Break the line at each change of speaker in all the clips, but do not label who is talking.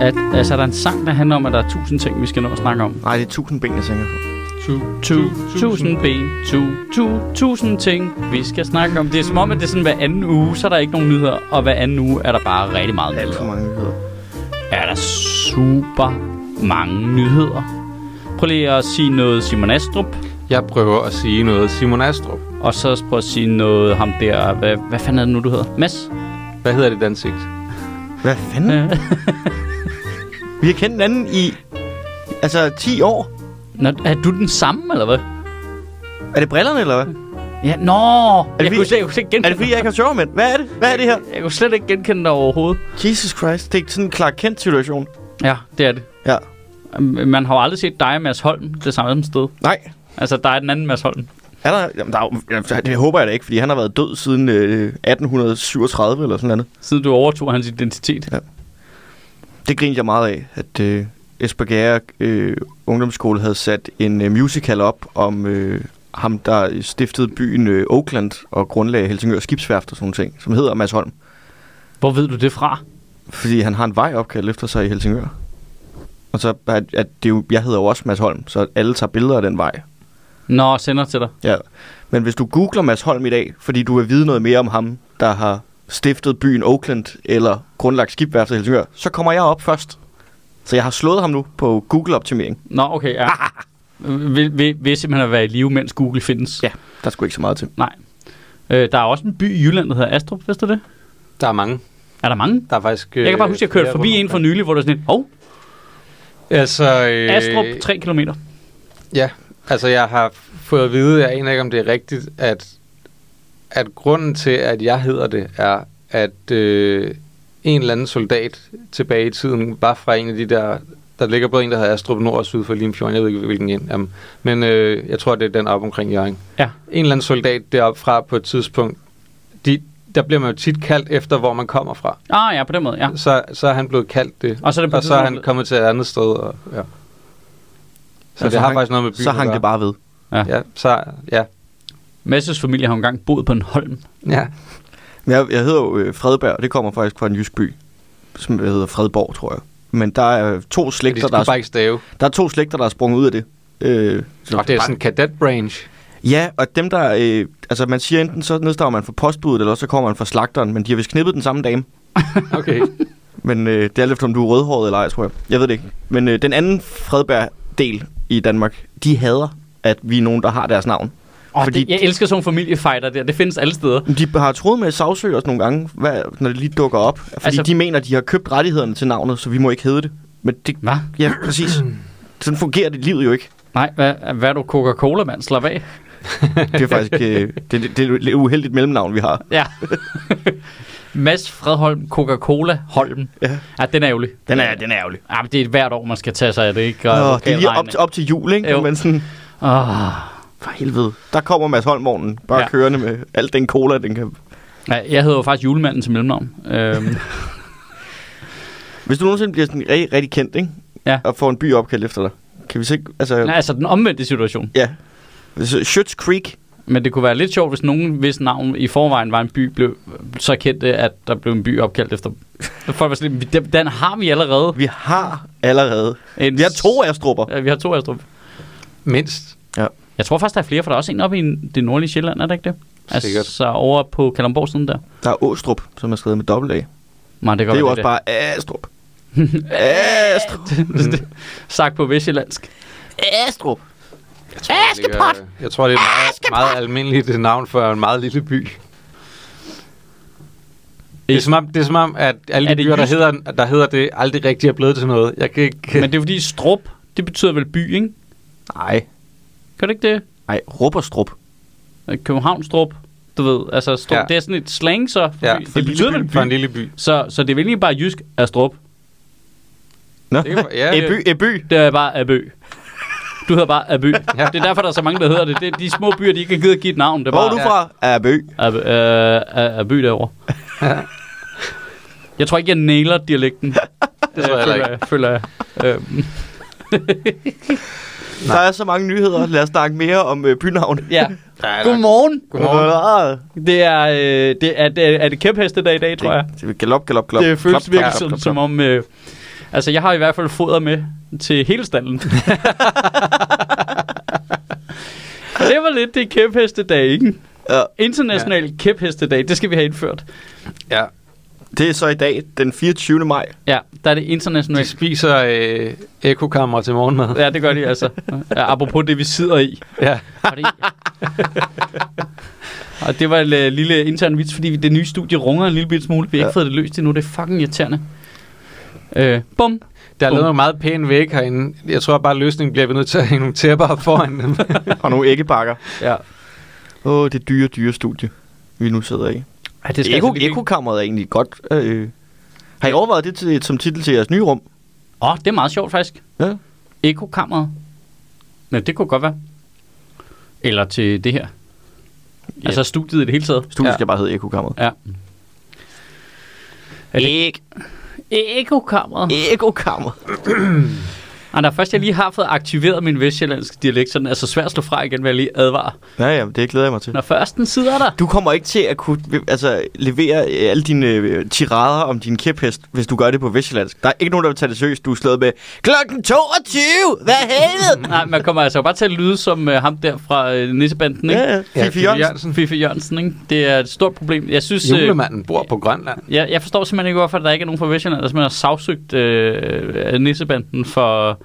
At, altså, er der en sang, der handler om, at der er tusind ting, vi skal nå at snakke om?
Nej, det er tusind ben, jeg tænker på.
Tu,
Tu, tusind ben, tu, tu, tusind ting, vi skal snakke om. Det er som om, at det er sådan, hver anden uge, så er der ikke nogen nyheder, og hver anden uge er der bare rigtig meget
Alt for
nyheder.
mange nyheder.
Er der super mange nyheder. Prøv lige at sige noget Simon Astrup,
Jeg prøver at sige noget. Simon Astrup.
og så prøv at sige noget ham der, hvad, hvad fanden er det nu, du hedder? Mads?
Hvad hedder dit ansigt?
Hvad fanden?
Øh,
Vi har kendt hinanden i... Altså, 10 år.
Nå, er du den samme, eller hvad?
Er det brillerne, eller hvad?
Ja, nå!
det
Jeg
fordi-
kunne, slet, jeg, kunne slet ikke genkende
Er det fordi, jeg ikke har sjov med? Hvad er det? Hvad er det her?
Jeg kunne slet ikke genkende dig overhovedet.
Jesus Christ. Det er sådan en Clark Kent-situation.
Ja, det er det.
Ja.
Man har jo aldrig set dig og Mads Holm det samme sted.
Nej.
Altså, der er den anden Mads Holm.
Er der, jamen, der er, jo- jamen, det håber jeg da ikke, fordi han har været død siden øh, 1837 eller sådan noget.
Siden du overtog hans identitet.
Det grinte jeg meget af, at øh, Esbjerg øh, Ungdomsskole havde sat en øh, musical op om øh, ham, der stiftede byen øh, Oakland og grundlagde Helsingør Skibsværft og sådan nogle ting, som hedder Mads Holm.
Hvor ved du det fra?
Fordi han har en vej opkaldt efter sig i Helsingør. Og så, at, at det er jo, jeg hedder jo også Mads Holm, så alle tager billeder af den vej.
Nå, sender til dig.
Ja. Men hvis du googler Mads Holm i dag, fordi du vil vide noget mere om ham, der har stiftet byen Oakland eller grundlagt skibværftet i Helsingør, så kommer jeg op først. Så jeg har slået ham nu på Google-optimering.
Nå, okay, ja. Vil, vil, vil simpelthen at være i live, mens Google findes.
Ja. Der skulle ikke så meget til.
Nej. Øh, der er også en by i Jylland, der hedder Astrup, vidste du det?
Der er mange.
Er der mange?
Der er faktisk... Øh,
Jeg kan bare huske, at jeg kørte forbi en for nylig, hvor der er sådan en, hov,
Altså... Øh,
Astrup, 3 km.
Ja, altså jeg har fået at vide, jeg aner ikke om det er rigtigt, at, at grunden til, at jeg hedder det, er, at øh, en eller anden soldat tilbage i tiden, bare fra en af de der, der ligger både en, der hedder Astrup Nord og syd for Limfjorden, jeg ved ikke, hvilken en, um, men øh, jeg tror, det er den op omkring Jørgen.
Ja.
En eller anden soldat deroppe fra på et tidspunkt, de, der bliver man jo tit kaldt efter, hvor man kommer fra.
Ah, ja, på den måde, ja.
Så, så er han blevet kaldt det,
Og så er det på
og så er han
tidspunkt-
kommet til et andet sted. Og, ja.
Ja,
Så det har
Altså, hang-
faktisk noget med byen
Så
at
hang
gøre.
det bare ved.
Ja, så, ja.
Masses familie har jo engang boet på en holm.
ja.
Men jeg, jeg hedder jo øh, Fredberg, og det kommer faktisk fra en jysk by, som hedder Fredborg, tror jeg. Men der er to
Lægter,
slægter,
de
der
skulle
er,
bare ikke stave.
der er to slægter, der er sprunget ud af det. Øh, så-
Og det er sådan en cadet branch.
Ja, og dem der, øh, altså man siger enten, så nedstammer man fra postbuddet, eller også så kommer man fra slagteren, men de har vist knippet den samme dame.
Okay.
Men øh, det er lidt om du er rødhåret eller ej, tror jeg. Jeg ved det ikke. Men øh, den anden Fredberg-del i Danmark, de hader, at vi er nogen, der har deres navn.
Oh,
Fordi-
Fordi... det, jeg elsker sådan nogle familiefighter der. Det findes alle steder.
Men De har troet med at sagsøge os nogle gange, hvad, når det lige dukker op. Fordi altså,
Altså-
de mener, de har købt rettighederne til navnet, så vi må ikke hedde det. Men det,
Hvad?
ja, præcis. Sådan fungerer det livet jo ikke.
Nej, hvad, hvad er du Coca-Cola-mand? Slap af.
Det er faktisk øh, det, det, det er et lidt uheldigt mellemnavn, vi har.
Ja. Mads Fredholm, Coca-Cola Holm.
Ja.
ja den er ærgerlig.
Den er, den er ærgerlig.
Ja, men det er hvert år, man skal tage sig af det, ikke?
Åh, det er lige op, til- op til jul, ikke?
Jo.
Men sådan,
Oh,
for helvede. Der kommer Mads Holmorgen bare
Ja.
ja. kørende med alt den cola, den kan...
ja, jeg hedder jo faktisk julemanden til mellemnavn. Øhm,
Hvis du nogensinde bliver sådan rigtig, rigtig kendt, ikke?
Ja.
Og får en by opkaldt efter dig. Kan vi så ikke... Altså,
nej,
Nej.
altså den omvendte situation.
ja. Så Schütz Creek.
Men det kunne være lidt sjovt, hvis nogen, hvis navn i forvejen var en by, blev så kendt, øh, at der blev en by opkaldt efter dem. Folk var sådan, lidt, "Den- den har vi allerede.
Vi har allerede...
En,
Vi har to astrupper.
Ja, vi har to Astrup.
Mindst.
Jeg tror faktisk, der er flere, for der er også en oppe i det nordlige Sjælland, er der ikke det?
Sikkert.
Altså over på Kalamborg siden der.
Der er Åstrup, som er skrevet med dobbelt A. Det
Nej, det, kan
er jo
godt
også
være,
bare Astrup. Astrup.
det. bare... Sagt på vestjyllandsk.
Astrup.
Jeg tror, Askepot! Det er, jeg tror, det er et meget, meget almindeligt navn for en meget lille by. Det er som om, det er som om at alle
Er
de
det
byer, der
jysk?
hedder, der hedder det, aldrig rigtig er blevet til noget. Jeg kan ikke...
Men det er fordi strup, det betyder vel by, ikke?
Nej.
Kan det ikke det?
Nej, Rupperstrup.
Københavnstrup, du ved. Altså, strup, ja.
Ja.
det er sådan et slang, så for
ja,
by.
for
det betyder vel by.
for en lille by.
Så, så det er vel egentlig bare jysk af strup.
Nå. E
Det kan- ja,
ja,
det-
Eby, Eby.
Det er bare Abø. Du hedder bare Abø. ja. Det er derfor, der er så mange, der hedder det. det er de små byer, de ikke kan gide at give et navn. Det er
Hvor er
bare
du fra? Abø.
Abø, øh, Abø derovre. jeg tror ikke, jeg nailer dialekten.
Det tror jeg heller ikke.
føler jeg. Øhm,
Der er så mange nyheder. Lad os snakke mere om øh, bynavn.
Ja.
Der er nok-
Godmorgen.
Godmorgen.
Det er, øh, det er, det er, er det kæpheste dag i dag, tror jeg.
Det, det er galop, galop, galop.
Det
Klop,
føles
klop,
virkelig
klop,
som,
klop,
som
klop.
om... Øh, altså, jeg har i hvert fald foder med til hele stallen. Og det var lidt det kæphestedag, ikke?
Ja,
International ja. kæphestedag, det skal vi have indført.
Ja.
det er så i dag, den 24. maj.
Ja, der er det
De
internationalt.
spiser øh, ekokammer til morgenmad.
Ja, det gør de altså. Ja, apropos det, vi sidder i.
Ja.
Fordi... Og det var en øh, lille intern vits, fordi det nye studie runger en lille bit smule. Vi har ikke
Ja.
fået det løst endnu, det er fucking irriterende. Øh, bum.
Der er lavet
Bum.
nogle meget pæne væg herinde. Jeg tror bare, at løsningen bliver, at vi er nødt til at hænge nogle tæpper op foran dem.
Og nogle æggebakker.
Ja.
Åh, oh, det dyre, dyre studie, vi nu sidder i.
Ej, det altså
Eko, ekokammeret er egentlig godt. Øh. Har I overvejet det til, som titel til jeres nye rum?
Åh, oh, det er meget sjovt faktisk.
Ja.
Ekokammeret. Ja, det kunne godt være. Eller til det her.
Ja.
Ja. Altså studiet i det hele taget.
Studiet
Ja.
ja. skal bare hedde Ekokammeret.
Ja. Er det-
Æg,
Ekokammeret.
Ekokammeret.
Anders, først jeg lige har fået aktiveret min vestjyllandske dialekt, så den er så svær at slå fra igen, vil jeg lige advare.
Ja, ja, det glæder jeg mig til.
Når først den sidder der.
Du kommer ikke til at kunne altså, levere øh, alle dine øh, tirader om din kæphest, hvis du gør det på vestjyllandsk. Der er ikke nogen, der vil tage det seriøst. Du er slået med klokken 22! Hvad helvede?
Nej, man kommer altså bare til at lyde som øh, ham der fra øh, Nissebanden, ikke?
ja, ja. Fifi
Fifi
Jørgensen.
Jørgensen.
Fifi Jørgensen, ikke? Det er et stort problem. Jeg synes... øh,
Julemanden bor på Grønland.
Jeg, jeg forstår simpelthen ikke, hvorfor der ikke er nogen fra Vestjylland, der simpelthen har sagsøgt øh, nissebanden for,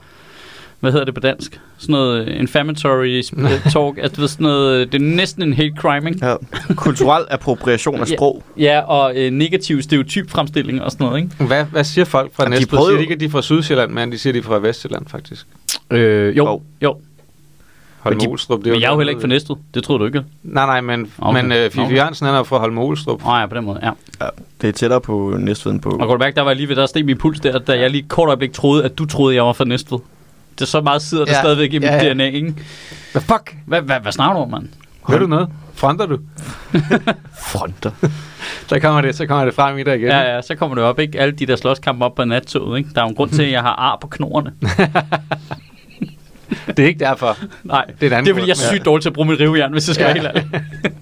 hvad hedder det på dansk? Sådan noget øh, inflammatory sp- talk, altså du ved, sådan noget, øh, det er næsten en hate crime, ikke?
Ja. Kulturel appropriation af
Ja.
sprog.
Ja, og øh, negativ stereotyp fremstilling og sådan noget, ikke?
Hvad, hvad siger folk fra
Jamen, de
Næstved?
prøvede
Siger
jo-
de ikke, at de er fra Sydsjælland, men de siger, at de er fra Vestjylland, faktisk.
Øh, jo,
Jo.
oh. jo.
Holm
de-
Olstrup, det
Men jeg er jo heller ikke
dernede.
fra Næstved. Det troede du ikke.
Nej, nej, men,
Okay.
okay. men øh, Fifi
Okay.
Jørgensen han er jo fra Holm Olstrup.
Nej, ja, på den måde, ja.
Ja, det er tættere på Næstved end på...
Og går du mærke, der var jeg lige ved, der steg min puls der, da jeg lige et kort øjeblik troede, at du troede, jeg var fra Næstved. Det er så meget sidder der
Ja.
stadigvæk i mit
Ja, ja.
DNA, ikke?
Hvad fuck?
Hvad, hvad, hvad snakker du om, mand?
Hører du noget? Fronter du?
Fronter.
Der kommer det, så kommer det frem i dig igen.
Ja, ja, så kommer det op, ikke? Alle de der slåskampe op på nattoget, ikke? Der er jo en grund til, at jeg har ar på knorene.
Det er ikke derfor.
Nej,
Det er et andet
det er fordi, jeg er
grund, ja.
sygt dårlig til at bruge mit rivejern, hvis jeg skal ja.
Ja.
være helt ærlig.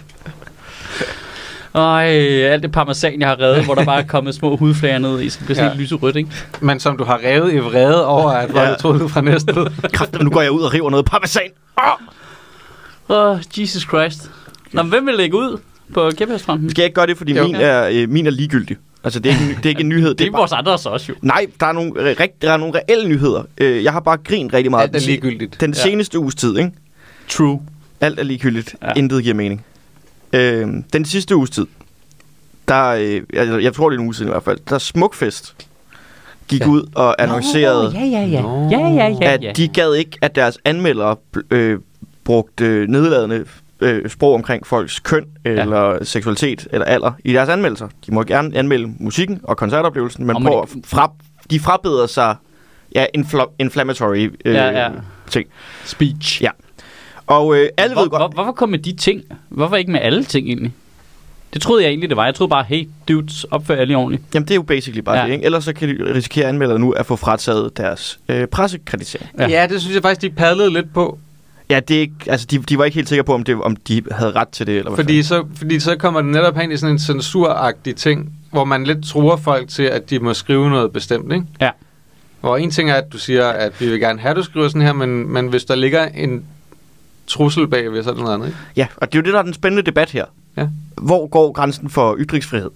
Ej, alt det parmesan, jeg har reddet, hvor der bare er kommet små hudflager ned i, så det bliver sådan
Ja.
ja. lyserødt, ikke?
Men som du har revet i vrede over, at hvor
Ja.
du troede du er fra Næstved.
Kræfter, nu går jeg ud og river noget parmesan.
Åh, oh, Jesus Christ. Nå, men hvem vil lægge ud på kæphestfronten?
Skal jeg ikke gøre det, fordi
Jo.
min er, øh, min er ligegyldig. Altså, det er ikke, en- det er ikke en nyhed.
Det er ikke vores andre så også, jo.
Nej, der er nogle, re- rigt, der er nogle reelle nyheder. Øh, jeg har bare grint rigtig meget.
Alt er
den se-
ligegyldigt.
Den
Ja.
seneste uges tid, ikke?
True.
Alt er ligegyldigt.
Ja.
Ja. Intet giver mening. Øh, den sidste uges tid, der, øh, jeg, jeg tror det er en uge siden i hvert fald, der Smukfest gik
Ja.
ja. ud og annoncerede,
Nå, ja, ja, ja.
Nå.
Ja, ja, ja, ja.
at de gad ikke, at deres anmeldere bl- øh, brugte øh, nedladende øh, sprog omkring folks køn, eller seksualitet, eller alder i deres anmeldelser. De må gerne anmelde musikken og koncertoplevelsen, men
Og man
prøv, at fra, de frabeder sig ja, infl- inflammatory øh,
Ja, ja.
ting.
Speech.
Ja. Og øh, alle
hvor,
ved godt...
Hvor, hvorfor kom med de ting? Hvorfor ikke med alle ting egentlig? Det troede jeg egentlig, det var. Jeg troede bare, hey dudes, opfør jer lige ordentligt.
Jamen, det er jo basically bare
Ja.
ja. det, ikke? Ellers så kan de risikere anmeldere nu at få frataget deres øh, pressekreditering.
Ja.
Ja. ja, det synes jeg faktisk, de padlede lidt på.
Ja, det er ikke, altså, de, de var ikke helt sikre på, om, det, om de havde ret til det, eller hvad
Fordi så, fordi så kommer det netop hen i sådan en censuragtig ting, hvor man lidt tror folk til, at de må skrive noget bestemt, ikke?
Ja.
Hvor en ting er, at du siger, at vi vil gerne have, at du skriver sådan her, men, men hvis der ligger en trussel bagved, så er det noget andet, ikke?
Ja, og det er jo det, der er den spændende debat her.
Ja.
Hvor går grænsen for ytringsfrihed?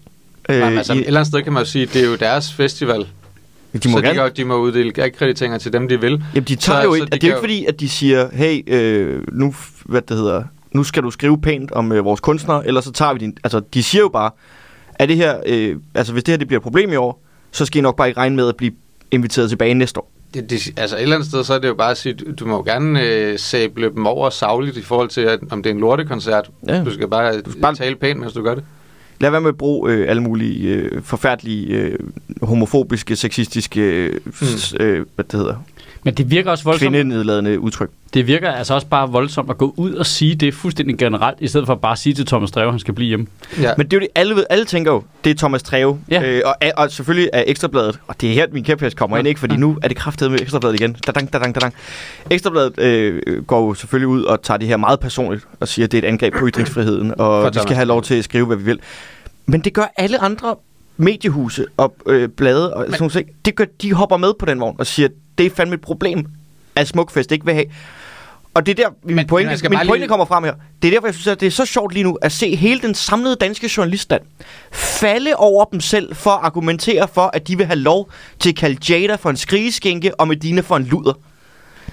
Øh,
Nej, men altså,
i-
et eller andet sted kan man jo sige, at det er jo deres festival,
de må
så de,
gerne,
kan, jo- de må uddele akkrediteringer til dem, de vil.
jamen, de tager
så-
så, jo
så
ikke,
de
det er jo
kan
ikke
jo-
fordi, at de siger, hey, øh, nu, f- hvad det hedder, nu skal du skrive pænt om øh, vores kunstnere, eller så tager vi din... Altså, de siger jo bare, at det her, øh, altså, hvis det her det bliver et problem i år, så skal I nok bare ikke regne med at blive inviteret tilbage næste år.
Det, det, altså et eller andet sted, så er det jo bare at sige, du- du må jo gerne øh, sæble dem over savligt i forhold til, at, om det er en lortekoncert.
Ja.
Du skal bare, du
skal
skal
bare-
bare tale pænt, mens du gør det.
Lad være med at bruge øh, alle mulige Mm. øh, forfærdelige øh, homofobiske, sexistiske, øh, s- øh, hvad det hedder,
Men det virker også voldsomt.
Kvindenedladende udtryk.
Det virker altså også bare voldsomt at gå ud og sige det fuldstændig generelt, i stedet for bare at sige til Thomas Dreve, at han skal blive hjemme.
Ja.
Men det er jo det, alle, ved, alle tænker jo, det er Thomas Treve.
Ja.
Øh, og, og, selvfølgelig er Ekstrabladet, og det er her, min kæphest kommer ind, ikke? Fordi nu er det kraftedet med Ekstrabladet igen. Dadang, dadang, dadang. Ekstrabladet øh, går jo selvfølgelig ud og tager det her meget personligt og siger, at det er et angreb på ytringsfriheden, og
For
vi skal
Thomas.
have lov til at skrive, hvad vi vil. Men det gør alle andre mediehuse og øh, blade og sådan nogle ting. Det gør, de hopper med på den vogn og siger, det er fandme et problem, at Smukfest ikke vil have. Og det er der, min
Men-
pointe,
men man skal
min
bare
pointe
lige-
kommer frem her. Det er derfor, jeg synes, at det er så sjovt lige nu at se hele den samlede danske journaliststand falde over dem selv for at argumentere for, at de vil have lov til at kalde Jada for en skrigeskinke og Medina for en luder.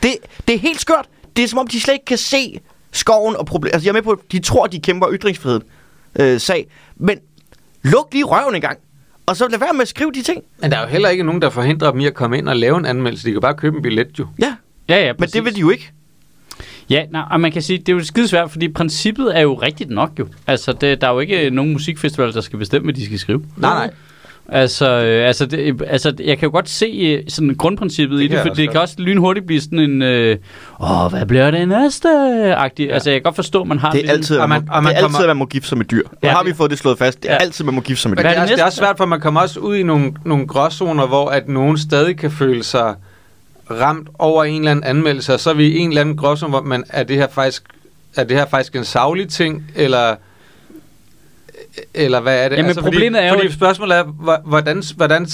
Det, det er helt skørt. Det er som om, de slet ikke kan se skoven og problemet. Altså, jeg er med på, at de tror, de kæmper ytringsfrihed øh, sag. Men luk lige røven en gang. Og så lad være med at skrive de ting.
Men der er jo heller ikke nogen, der forhindrer dem i at komme ind og lave en anmeldelse. De kan bare købe en billet jo.
Ja,
Ja, ja,
men
præcis.
det vil de jo ikke.
Ja, nej, og man kan sige, det er jo skide svært, fordi princippet er jo rigtigt nok jo. Altså, det, der er jo ikke nogen musikfestival, der skal bestemme, hvad de skal skrive.
Nej, nej.
Altså, øh, altså, det, altså, jeg kan jo godt se øh, sådan grundprincippet det i det,
kan jeg
for
også
det kan
godt.
også lynhurtigt blive sådan en, øh, åh, hvad bliver det næste? -agtig. Ja. Altså, jeg kan godt forstå, at man har
Det
lidt-
er altid,
Og
at man,
man-
må,
og man
det er altid,
kommer-
at man må gifte sig med dyr. Ja,
Ja.
har vi fået det slået fast. Det er
Ja.
altid, man må gifte sig med
Men
dyr.
Hvad er det
det, er også, det er
næste?
også svært, for man kommer også ud i nogle, nogle gråzoner, hvor at nogen stadig kan føle sig ramt over en eller anden anmeldelse, og så er vi i en eller anden gråzone, hvor man, er det her faktisk, er det her faktisk en savlig ting, eller eller hvad er det? Altså,
Jamen, problemet
fordi,
er jo-
Fordi spørgsmålet er, hva- hvordan, hvordan...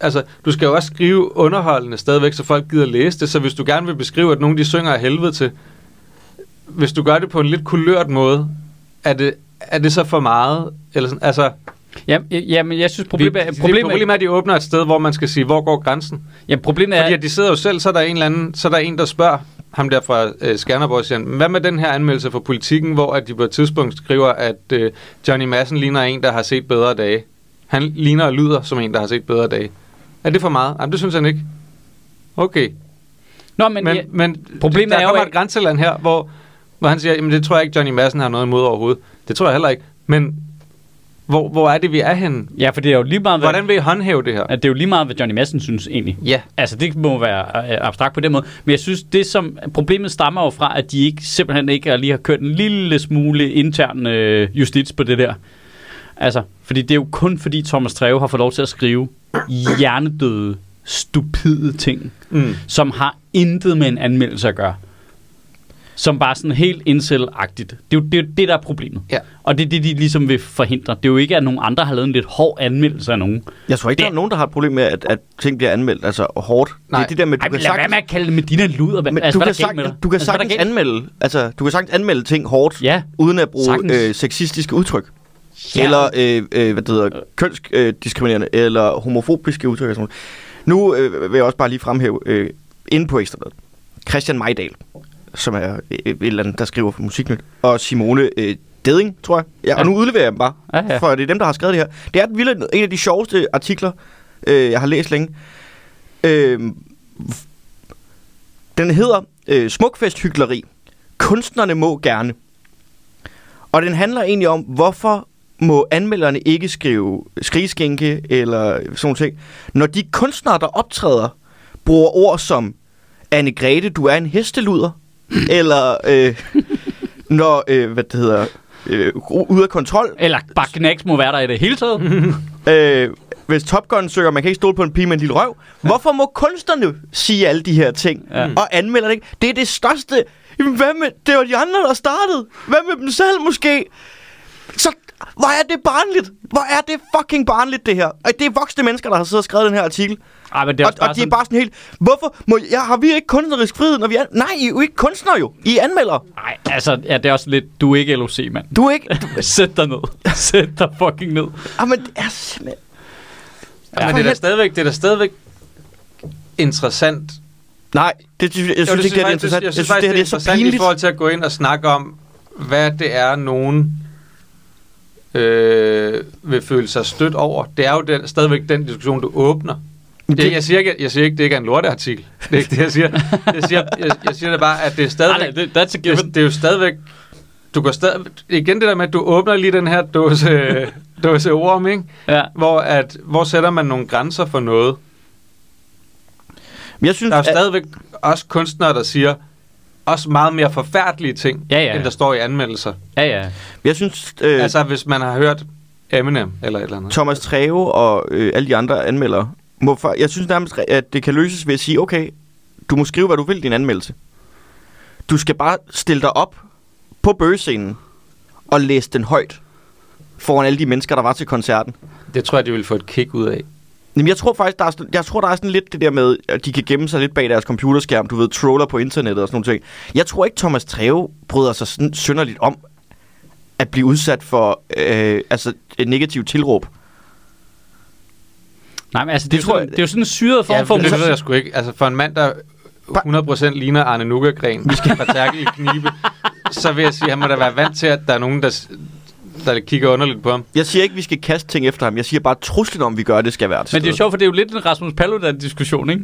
Altså, du skal jo også skrive underholdende stadigvæk, så folk gider læse det. Så hvis du gerne vil beskrive, at nogen de synger af helvede til, hvis du gør det på en lidt kulørt måde, er det, er det så for meget? Eller sådan, altså,
Ja, ja, ja, men jeg synes,
Problemet,
problemet,
det, problemet,
problemet,
problemet er, at de åbner et sted, hvor man skal sige, hvor går grænsen?
ja, problemet
Ja. Fordi
er,
at de sidder jo selv, så er der en, eller anden, så er der, en der spørger ham der fra øh, Skanderborg, siger, han, hvad med den her anmeldelse fra politikken, hvor at de på et tidspunkt skriver, at øh, Johnny Madsen ligner en, der har set bedre dage. Han ligner og lyder som en, der har set bedre dage. Er det for meget? Jamen, det synes han ikke. Okay.
Nå, men,
Men,
ja,
men
Problemet
der
er jo,
kommer
at-
et grænseland her, hvor, hvor han siger, jamen det tror jeg ikke, Johnny Madsen har noget imod overhovedet. Det tror jeg heller ikke. Men hvor, hvor er det, vi er henne?
ja, for det er jo lige meget, hvad,
Hvordan vil I håndhæve det her?
at det er jo lige meget, hvad Johnny Madsen synes egentlig.
Ja.
Altså, det må være øh, abstrakt på den måde. Men jeg synes, det som problemet stammer jo fra, at de ikke, simpelthen ikke har- lige har kørt en lille smule intern øh, justits på det der. Altså, fordi det er jo kun fordi Thomas Treve har fået lov til at skrive hjernedøde, stupide ting,
Mm.
som har intet med en anmeldelse at gøre. Som bare sådan helt indselagtigt. Det er jo det, er jo det der er problemet.
Ja.
Og det er det, de ligesom vil forhindre. Det er jo ikke, at nogen andre har lavet en lidt hård anmeldelse af nogen.
Jeg tror ikke, der
Det-
er nogen, der har et problem med, at, at ting bliver anmeldt altså hårdt. Det
Nej.
er det der med, at du
Ej, men
kan
lad være med
sagtens,
at kalde det med dine luder. Men,
men
altså,
du
hvad
kan
er der galt med
sagtens,
dig?
du kan
altså, hvad er der
sagtens
galt?
anmelde, altså, du kan sagtens anmelde ting hårdt,
Ja.
uden at bruge
Sagtens.
øh, sexistiske udtryk.
Ja.
Ja. Eller, øh, øh, hvad det hedder, kønsdiskriminerende, øh, diskriminerende, eller homofobiske udtryk. Og sådan noget. Nu øh, vil jeg også bare lige fremhæve, øh, inde på Ekstrabladet, Christian Majdal, som er øh, et eller andet, der skriver for Musiknyt, og Simone øh, Deding, tror jeg. Ja, og
Ja.
nu udleverer jeg dem bare,
Ja, ja.
for det er dem, der har skrevet det her. Det er den vilde- en af de sjoveste artikler, øh, jeg har læst længe. Øh, den hedder øh, Smukfesthygleri. Kunstnerne må gerne. Og den handler egentlig om, hvorfor må anmelderne ikke skrive skrigeskænke eller sådan nogle ting, når de kunstnere, der optræder, bruger ord som Anne Grete, du er en hesteluder, eller øh, når, øh, hvad det hedder, øh, ude af kontrol,
Eller bare knæks må være der i det hele
Mhm.
taget.
Øh, hvis Top Gun søger, man kan ikke stole på en pige med en lille røv. Hvorfor må kunstnerne sige alle de her ting?
Ja.
Ja. Og anmelder det ikke? Det er det største. Jamen, hvad med, det var de andre, der startede. Hvad med dem selv måske? Så hvor er det barnligt? Hvor er det fucking barnligt, det her? Og det er voksne mennesker, der har siddet og skrevet den her artikel.
Ej, men det er
og,
også
og
bare
de er
sådan,
bare sådan helt... Hvorfor må, ja, har vi ikke kunstnerisk frihed, når vi er... Nej, I er jo ikke kunstnere jo. I er anmeldere.
Ej, altså, ja, det er også lidt, du er ikke LOC, mand.
Du er ikke... Du,
Sæt dig ned. Sæt dig fucking ned.
jamen, det er simpelthen...
Ja, men det er, da stadigvæk, det er da stadigvæk interessant.
Nej, det, jeg, jeg
Jo,
synes ikke, det her er
faktisk-
interessant.
Jeg synes, faktisk,
det her det er så
interessant i
pinligt.
forhold til at gå ind og snakke om, hvad det er, nogen øh, vil føle sig stødt over. Det er jo den, stadigvæk den diskussion, du åbner. Det, jeg, siger ikke, jeg siger ikke, det ikke er en lorteartikel. Det er ikke det, jeg siger. Jeg siger, jeg, jeg siger det bare, at det er
Nej,
stadigvæk...
nej, det, that's a
det,
given.
det er jo stadigvæk... Du går stadig, igen det der med, at du åbner lige den her dåse, dåse orm, ikke?
Ja.
Hvor, at, hvor sætter man nogle grænser for noget?
Men jeg synes,
Der er jo
at-
stadigvæk også kunstnere, der siger også meget mere forfærdelige ting,
Ja, ja.
end der står i anmeldelser.
Ja, ja.
jeg synes øh,
Altså, hvis man har hørt Eminem eller et eller andet.
Thomas Treve og øh, alle de andre anmeldere, må for, jeg synes nærmest, at det kan løses ved at sige, okay, du må skrive, hvad du vil i din anmeldelse. Du skal bare stille dig op på bøgescenen og læse den højt foran alle de mennesker, der var til koncerten.
Det tror jeg, de vil få et kick ud af.
Jamen, jeg tror faktisk, der er, sådan- jeg tror, der er sådan lidt det der med, at de kan gemme sig lidt bag deres computerskærm, du ved, troller på internettet og sådan nogle ting. Jeg tror ikke, Thomas Treve bryder sig sådan synderligt om at blive udsat for øh, altså et negativt tilråb.
Nej, men altså, det, det, er, jo
tror
sådan,
jeg-
det er jo sådan en syret form
Ja,
ja, for
det ved
musik.
jeg sgu ikke. Altså, for en mand, der 100% ligner Arne Nukkagren fra Terkel i knibe, så vil jeg sige, at han må da være vant til, at der er nogen, der, s- der kigger underligt på ham.
Jeg siger ikke, vi skal kaste ting efter ham. Jeg siger bare, at truslen om, vi gør det, skal være til
Men det er jo
stede.
sjovt, for det er jo lidt en Rasmus Paludan-diskussion, ikke?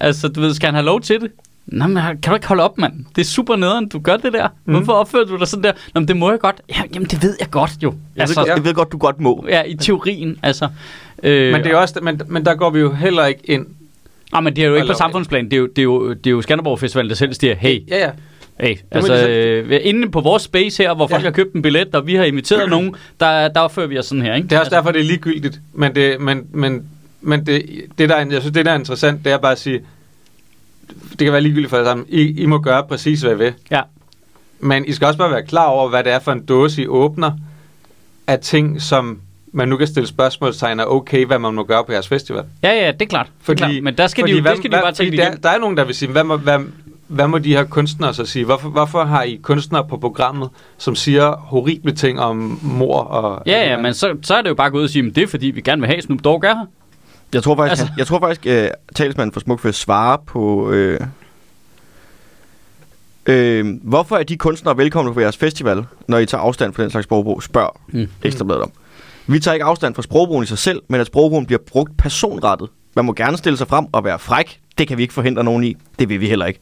Altså, du ved, skal han have lov til det? Nå, men kan du ikke holde op, mand? Det er super nederen, du gør det der. Mm.
Mhm.
Hvorfor opfører du dig sådan der? Nå, men det må jeg godt. Ja, jamen, det ved jeg godt jo. Altså,
Jeg ved, godt, jeg ved godt, du godt må.
Ja, i teorien, altså. Øh,
Men, det er også, men, men der går vi jo heller ikke ind.
ah, men det er jo ikke
Eller-
på samfundsplan. Det er jo, det er jo, det er jo Skanderborg Festivalen, der selv siger, hey,
Ja, ja.
hey.
må de
Altså,
selv-
øh, inde på vores space her, hvor folk
Ja.
har købt en billet, og vi har inviteret nogen, der, der opfører vi os sådan her, ikke?
Det er også
altså,
derfor, det er ligegyldigt. Men det, men, men, men det, det der, er- jeg synes, det der er interessant, det er bare at sige, det kan være ligegyldigt for jer sammen. I, I må gøre præcis, hvad I vil.
Ja.
Men I skal også bare være klar over, hvad det er for en dåse, I åbner af ting, som man nu kan stille spørgsmålstegn og okay, hvad man må gøre på jeres festival.
Ja, ja, det er klart. Fordi, det er klart. Men der skal de jo, det skal de jo bare tænke
der,
igennem.
der er nogen, der vil sige, hvad må, hvad, hvad må de her kunstnere så sige? Hvorfor, hvorfor har I kunstnere på programmet, som siger horrible ting om mor og...
Ja, ja, men så, så er det jo bare gået ud og sige, at det er fordi, vi gerne vil have Snoop Dogg er her.
Jeg tror faktisk,
Altså-
altså... jeg tror faktisk øh, talsmanden for Smukfest svarer på... Øh, øh, hvorfor er de kunstnere velkomne på jeres festival, når I tager afstand fra den slags sprogbrug? Spørg
Mm.
mm. Ekstrabladet om. Vi tager ikke afstand fra sprogbrugen i sig selv, men at sprogbrugen bliver brugt personrettet. Man må gerne stille sig frem og være fræk. Det kan vi ikke forhindre nogen i. Det vil vi heller ikke.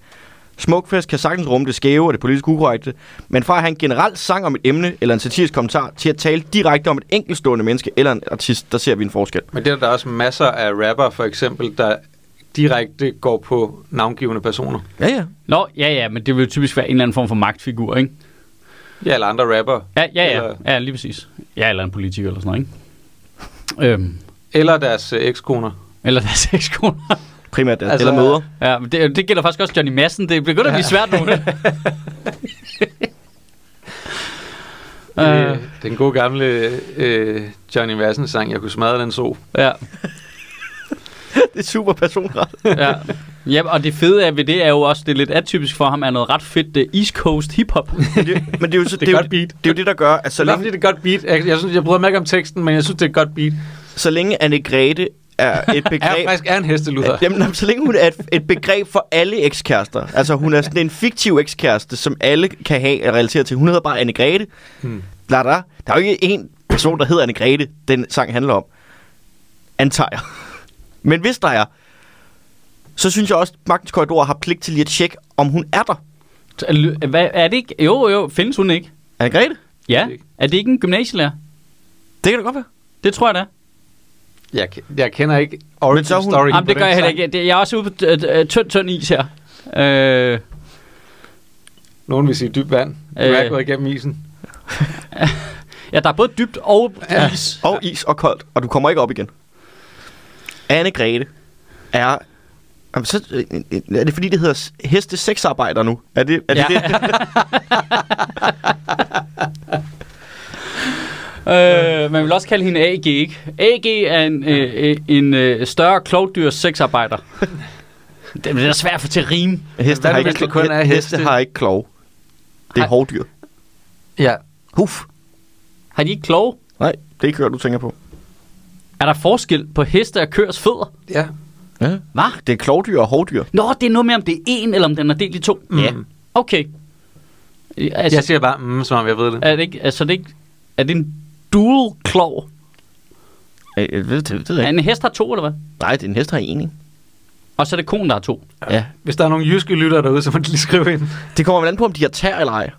Smukfest kan sagtens rumme det skæve og det politisk ukorrekte, men fra at have en generel sang om et emne eller en satirisk kommentar til at tale direkte om et enkeltstående menneske eller en artist, der ser vi en forskel.
Men det er der også masser af rapper, for eksempel, der direkte går på navngivende personer.
Ja, ja.
Nå, ja, ja, men det vil jo typisk være en eller anden form for magtfigur, ikke?
Ja, eller andre rapper.
Ja, ja, ja,
Eller-
ja lige præcis. Ja, eller en politiker eller sådan noget, ikke? Øhm,
Eller deres øh, ekskoner.
eller deres ekskoner.
Primært det.
Altså,
Altså, eller møder.
Ja, men det, det gælder faktisk også Johnny Madsen. Det begynder at blive svært nu.
Øh.
Øh.
Den gode gamle øh, Johnny Madsen sang, jeg kunne smadre den so.
ja,
Det er super personret.
ja. Ja, og det fede er ved det er jo også, det er lidt atypisk for ham, er noget ret fedt uh, East Coast hip-hop.
Men det, men det er jo så,
Det
det,
er
er
godt
jo,
beat.
det er jo det, der gør, at så
Så længe...
længe,
det er et godt beat. Jeg, jeg, synes, jeg bryder mig ikke om teksten, men jeg synes, det er et godt beat.
så længe Anne Grete er et
Er
begreb...
faktisk er en hesteluder.
Jamen, jamen, så længe hun er et, et begreb for alle ekskærester. Altså, hun er sådan en fiktiv ekskæreste, som alle kan have og relatere til. Hun hedder bare Anne Grete.
Hmm.
Hmm. Der, der er jo ikke en person, der hedder Anne Grete, den sang handler om. Antager. jeg. Men hvis der er, så synes jeg også, at Magtens Korridor har pligt til lige at tjekke, om hun er der.
Hvad, er det ikke? Jo, jo, findes hun ikke?
Anne Grete?
Ja, er det ikke en gymnasielærer?
Det kan det godt være.
Det tror jeg da.
Jeg, ke- jeg kender ikke origin
Men så er hun-
story
Jamen, det gør jeg heller ikke. Det- Jeg er også ude på øh, øh, tynd, tynd is her. Øh,
Nogen vil sige dyb vand. Du
Øh.
er gået igennem isen.
ja, der er både dybt og
Ja.
is.
Og is og koldt, og du kommer ikke op igen. Anne Grete er... Jamen, så, øh, er det fordi, det hedder s- heste sexarbejder nu? Er det er det?
Ja.
Ja. det?
Øh, man vil også kalde hende AG, ikke? AG er en, øh, øh, en øh, større klovdyrs sexarbejder. det det er svært at få til at rime.
Heste,
Hvad
har
nu,
ikke,
hvis det kun er
he- heste
heste?
har ikke klov. Det er
Har-
hårddyr.
Ja.
Huf.
Har de ikke klove?
Nej, det er ikke køer, du tænker på.
Er der forskel på heste og køers fødder?
Ja.
Ja.
Hvad?
Det er klovdyr og hårddyr.
Nå, det er noget med, om det er en, eller om den er delt i to.
Mm. ja.
Okay. Øh, Altså,
Jeg siger bare, mm, som om jeg ved det.
er det ikke, altså, det er ikke, er det en dual klov?
Jeg, jeg ved, det, det ved
Er en hest har to, eller hvad?
Nej, det er en hest har en, ikke?
Og så er det konen, der har to.
Ja. ja.
Hvis der er nogle jyske lyttere derude, så må de lige skrive ind.
Det kommer vel an på, om de har tær eller ej.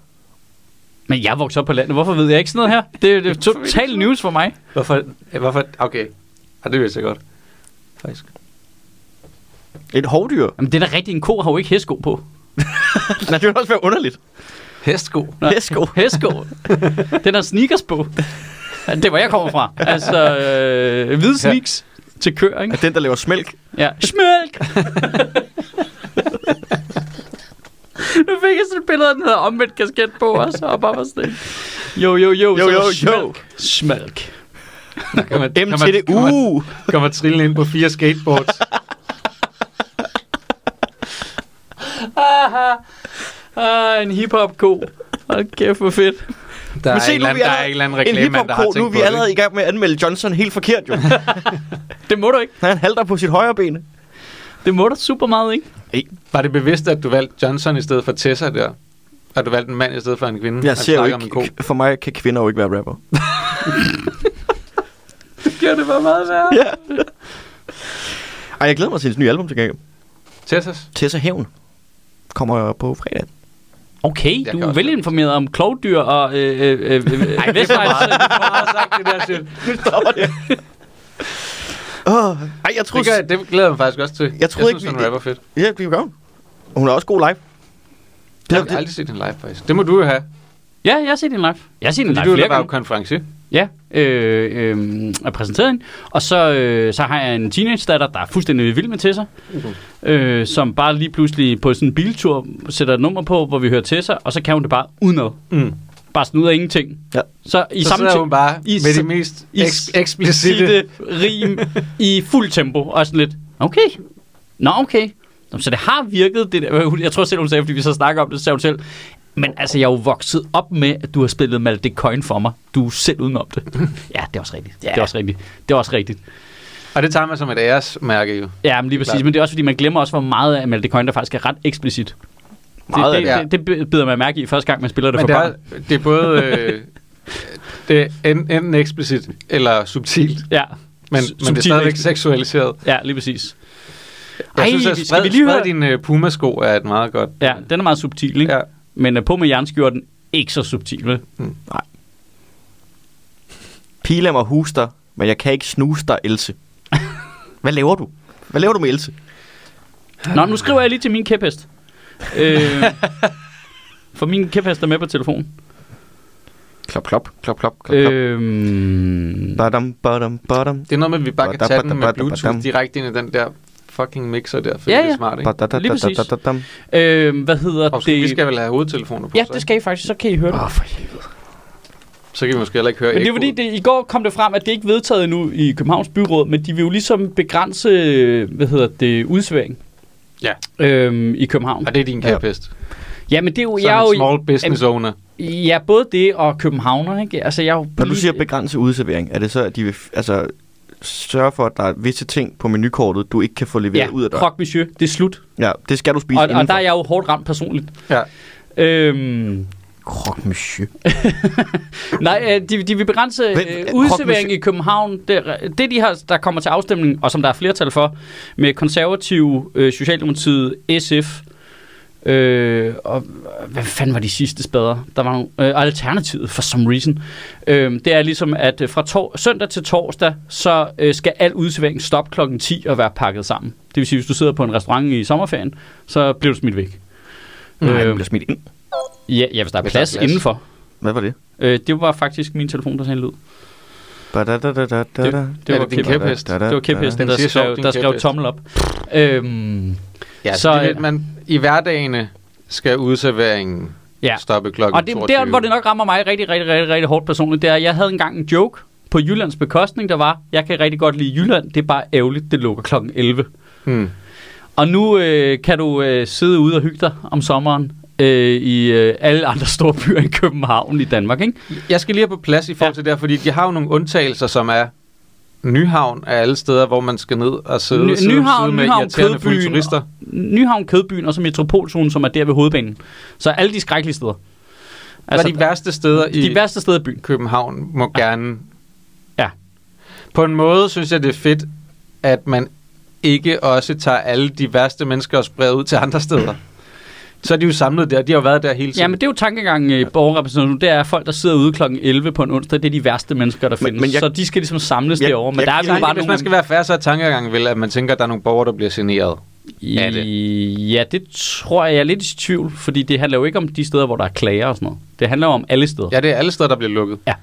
Men jeg voksede op på landet. Hvorfor ved jeg ikke sådan noget her? Det, det er total news for mig.
Hvorfor? ja, Hvorfor? Okay. Ja, det vidste jeg godt. Faktisk.
Et hovdyr?
Jamen, det er da rigtigt. En ko har jo ikke hestsko på.
Nej, det ville også være underligt.
Hestsko.
Nej.
Hestsko.
Hestsko. Den har sneakers på. Det er, hvor jeg kommer fra. Altså, øh, hvide sneaks ja. til køer,
Er
ikke?
den, der laver smælk?
Ja. Smælk! nu fik jeg sådan et billede, af, den havde omvendt kasket på også, og bare var sådan lidt, Jo, jo, jo,
Jo,
så
jo,
var
jo.
smælk. Smælk.
Kan man,
M til det. Uh!
Kommer trillende ind på fire skateboards.
Aha. Ah, en hiphop-ko. Hold kæft, hvor fedt.
Der er,
Men se,
en
nu
eller
er vi
anden, der er
allerede-
en eller anden
En
reklamemand, der har
hiphop
tænkt
nu er vi
på
allerede i gang med at anmelde Johnson helt forkert, jo.
Det må du ikke.
Han halter på sit højre ben.
Det må du super meget, ikke?
det. Var det bevidst, at du valgte Johnson i stedet for Tessa der? Og du valgte en mand i stedet for en kvinde?
Jeg ser jo
snakker Om en
ikke, for mig kan kvinder jo ikke være rapper.
Det gør det bare meget værre.
Ja. Ej, jeg glæder mig til hendes nye album til gengæld.
ko. Tessas?
Tessa Hævn kommer jo på fredag.
Okay,
Jeg
du
kan
er
også
velinformeret om klovdyr og øh, øh, øh, øh, Ej,
Det er for meget, det er for meget sagt, det der shit.
Åh, ej, jeg
Det,
troede...
gør, jeg- det glæder jeg mig faktisk også til.
Jeg troede
synes,
ikke,
hun
vi-
rapper fedt.
Ja, det kan vi gøre. Hun er også god live.
Jeg
Det,
har
det,
aldrig set hende live, faktisk. Det må du jo have.
Ja, jeg har set hende live. Jeg har set hende
Fordi
live
du
flere
var jo
gange.
konference.
Ja, øh, øh, jeg præsenterede hende. Og så, øh, så har jeg en teenage-datter, der er fuldstændig vild med Tessa.
Mhm.
Øh, som bare lige pludselig på sådan en biltur sætter et nummer på, hvor vi hører Tessa. Og så kan hun det bare udenad.
Mm.
Bare sådan ud af ingenting.
Ja.
Så i
I så
samme
sidder hun bare
I
I med
s-
de mest
I
eks-
s-
eksplicite...
sitte rim i fuld tempo. Og sådan lidt, okay, nå okay. Nå, Så det har virket, det der. Hun- Jeg tror selv, hun sagde, fordi vi så snakker om det, så sagde hun selv, men altså, jeg er jo vokset op med, at du har spillet Malte Coin for mig. Du er selv udenom det. ja, det er også rigtigt. Det er også rigtigt. Det er også rigtigt.
Og det tager man som et æresmærke jo.
Ja, men lige præcis.
Klart.
Men det er også, fordi man glemmer også, hvor meget af Malte Coin, der faktisk er ret eksplicit.
Meget af
det, det, det, det bider man mærke i første gang, man spiller det
Men
for
det
børn.
er, det er både... Øh, det er en- enten eksplicit eller subtilt.
Ja,
Men,
S-
men det er
subtilt
stadigvæk
eksplicit.
seksualiseret.
ja, lige præcis.
Jeg
Ej,
Ej, synes, at
skal
spred,
vi lige
spred
høre-
dine uh, Puma-sko er et meget godt...
Ja, den er meget subtil, ikke?
Ja.
Men øh, på med jernskjorten, ikke så subtil, vel?
pile mig hus dig, men jeg kan ikke snuse dig, Else. Hvad laver du? Hvad laver du med Else?
Nå, nu skriver jeg lige til min kæphest. Øh, for min kæphest er med på telefonen.
Klop, klop, klop, klop, klop, klop.
Øh, Øhm,
Badam, badam, badam.
Det er noget med, at vi bare kan tage den med Bluetooth direkte ind i den der fucking mixer der, fordi
Ja,
ja, ja. det
ja.
er smart, ikke?
Badadadadadadadam.
Lige præcis. øh, hvad hedder
Og
det?
vi skal vel have hovedtelefoner på,
Ja,
så,
det
ikke?
skal I faktisk, så kan I høre det.
Åh, for helvede.
så kan vi måske heller ikke høre
Men det er
ekkoet.
fordi, det, i går kom det frem, at det ikke er vedtaget endnu i Københavns Byråd, men de vil jo ligesom begrænse, øh, hvad hedder det, udsværing.
Ja.
Øhm, i København.
Og det er din
Ja.
kæphest.
Ja, men det er jo,
Som
jeg er
en
jo,
small business owner.
ja, både det og københavner, ikke? Altså, jeg er jo
Når du
lige-
siger begrænse udservering, er det så, at de vil f- altså, sørge for, at der er visse ting på menukortet, du ikke kan få leveret
ja,
ud af dig?
croque monsieur, det er slut.
Ja, det skal du spise
Og, og
indenfor.
der er jeg jo hårdt ramt personligt.
Ja.
Øhm,
Croque monsieur.
nej, øh, de, de vil begrænse
Hvem-
øh,
Rock
udservering
Museum-
i København. Det, det de har, der kommer til afstemning, og som der er flertal for, med konservative, øh, Socialdemokratiet, SF, øh, og øh, hvad fanden var de sidste spader? Der var nogle, øh, alternativet for some reason. Øh, det er ligesom, at øh, fra tor- søndag til torsdag, så øh, skal al udservering stoppe klokken 10 og være pakket sammen. Det vil sige, hvis du sidder på en restaurant i sommerferien, så bliver du smidt væk.
Nej,
Øh,
du bliver smidt ind.
Ja, ja hvis der er
Hvis
plads, der er plads. indenfor.
Hvad var det?
Øh, det var faktisk min telefon, der sagde en lyd.
Badadadadadada.
Det
Er
var
det din
kæphest.
kæphest?
Da, da,
Det var kæphesten,
Den
der
siger sjovt,
skrev,
din
der skrev
kæphest.
tommel op. Øhm,
Ja, så,
Så,
så
øh,
det, ved man i hverdagene skal udserveringen
ja.
ja. stoppe klokken
Og det
22.
der, hvor det nok rammer mig rigtig, rigtig, rigtig, rigtig hårdt personligt, det er, at jeg havde engang en joke på Jyllands bekostning, der var, jeg kan rigtig godt lide Jylland, det er bare ærgerligt, det lukker klokken 11.
Hmm.
Og nu øh, kan du øh, sidde ude og hygge dig om sommeren øh, i øh, alle andre store byer end København i Danmark, ikke?
Jeg skal lige have på plads i forhold til det her, fordi de har jo nogle undtagelser, som er Nyhavn er alle steder, hvor man skal ned og sidde,
Ny-
Ny- sidde,
Nyhavn,
sidde med
Nyhavn,
irriterende fulde
Kødbyen.
turister.
Nyhavn, Kødbyen og så Metropolzonen, som er der ved hovedbanen. Så alle de skrækkelige steder.
Altså, de værste steder i
de værste steder i byen.
København må gerne...
Ja.
På en måde synes jeg, det er fedt, at man ikke også tager alle de værste mennesker og spreder ud til andre steder. Så er de jo samlet der, de har jo været der hele tiden.
Ja, men det er jo tankegangen i borgerrepræsentationen. Det er, at folk, der sidder ude kl. 11 på en onsdag, det er de værste mennesker, der
Men-
findes. Men,
men
jeg,
jeg-
så de skal ligesom samles
Jeg-
derovre. Men
jeg
der er
gider
vi jo
ikke,
bare
Hvis man
nogle...
skal være færre, så er tankegangen vel, at man tænker, at der er nogle borgere, der bliver generet. Er det?
Ja, det tror jeg, jeg er lidt i tvivl, fordi det handler jo ikke om de steder, hvor der er klager og sådan noget. Det handler jo om alle steder.
Ja, det er alle steder, der bliver lukket.
Ja.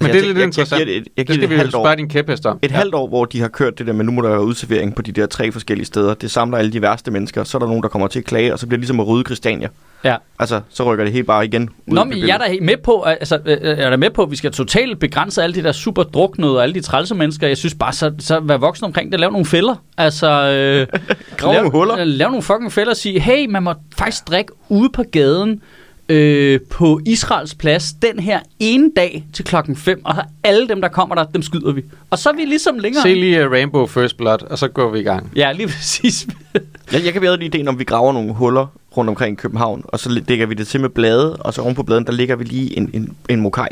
Men
Jeg
det er
tæ-
lidt
jeg- jeg
interessant.
giver det et- jeg giver
det
det et
skal vi
halvt år.
spørge din kæphest om.
Et ja. halvt år, hvor de har kørt det der med, nu må der være udservering på de der tre forskellige steder. Det samler alle de værste mennesker. Så er der nogen, der kommer til at klage, og så bliver det ligesom at rydde Christiania.
ja.
Altså, så rykker det helt bare igen. ud
Nå,
i
men
billedet.
jeg er da helt med på, at- altså, øh, jeg er da med på, at vi skal totalt begrænse alle de der super druknede og alle de trælse mennesker. Jeg synes bare, så, så vær voksen omkring det. Lav nogle fælder. Altså, øh,
Grav nogle huller.
øh, Lav nogle fucking fælder og sige, hey, man må faktisk drikke ude på gaden øh, på Israels plads den her ene dag til klokken 5, og så alle dem, der kommer der, dem skyder vi. Og så er vi ligesom længere.
Se lige uh, Rainbow First Blood, og så går vi i gang.
Ja, lige præcis.
Jeg, jeg kan bedre lide ideen om, at vi graver nogle huller rundt omkring København, og så dækker vi det til med blade, og så oven på bladen, der ligger vi lige en, en, en mokaj.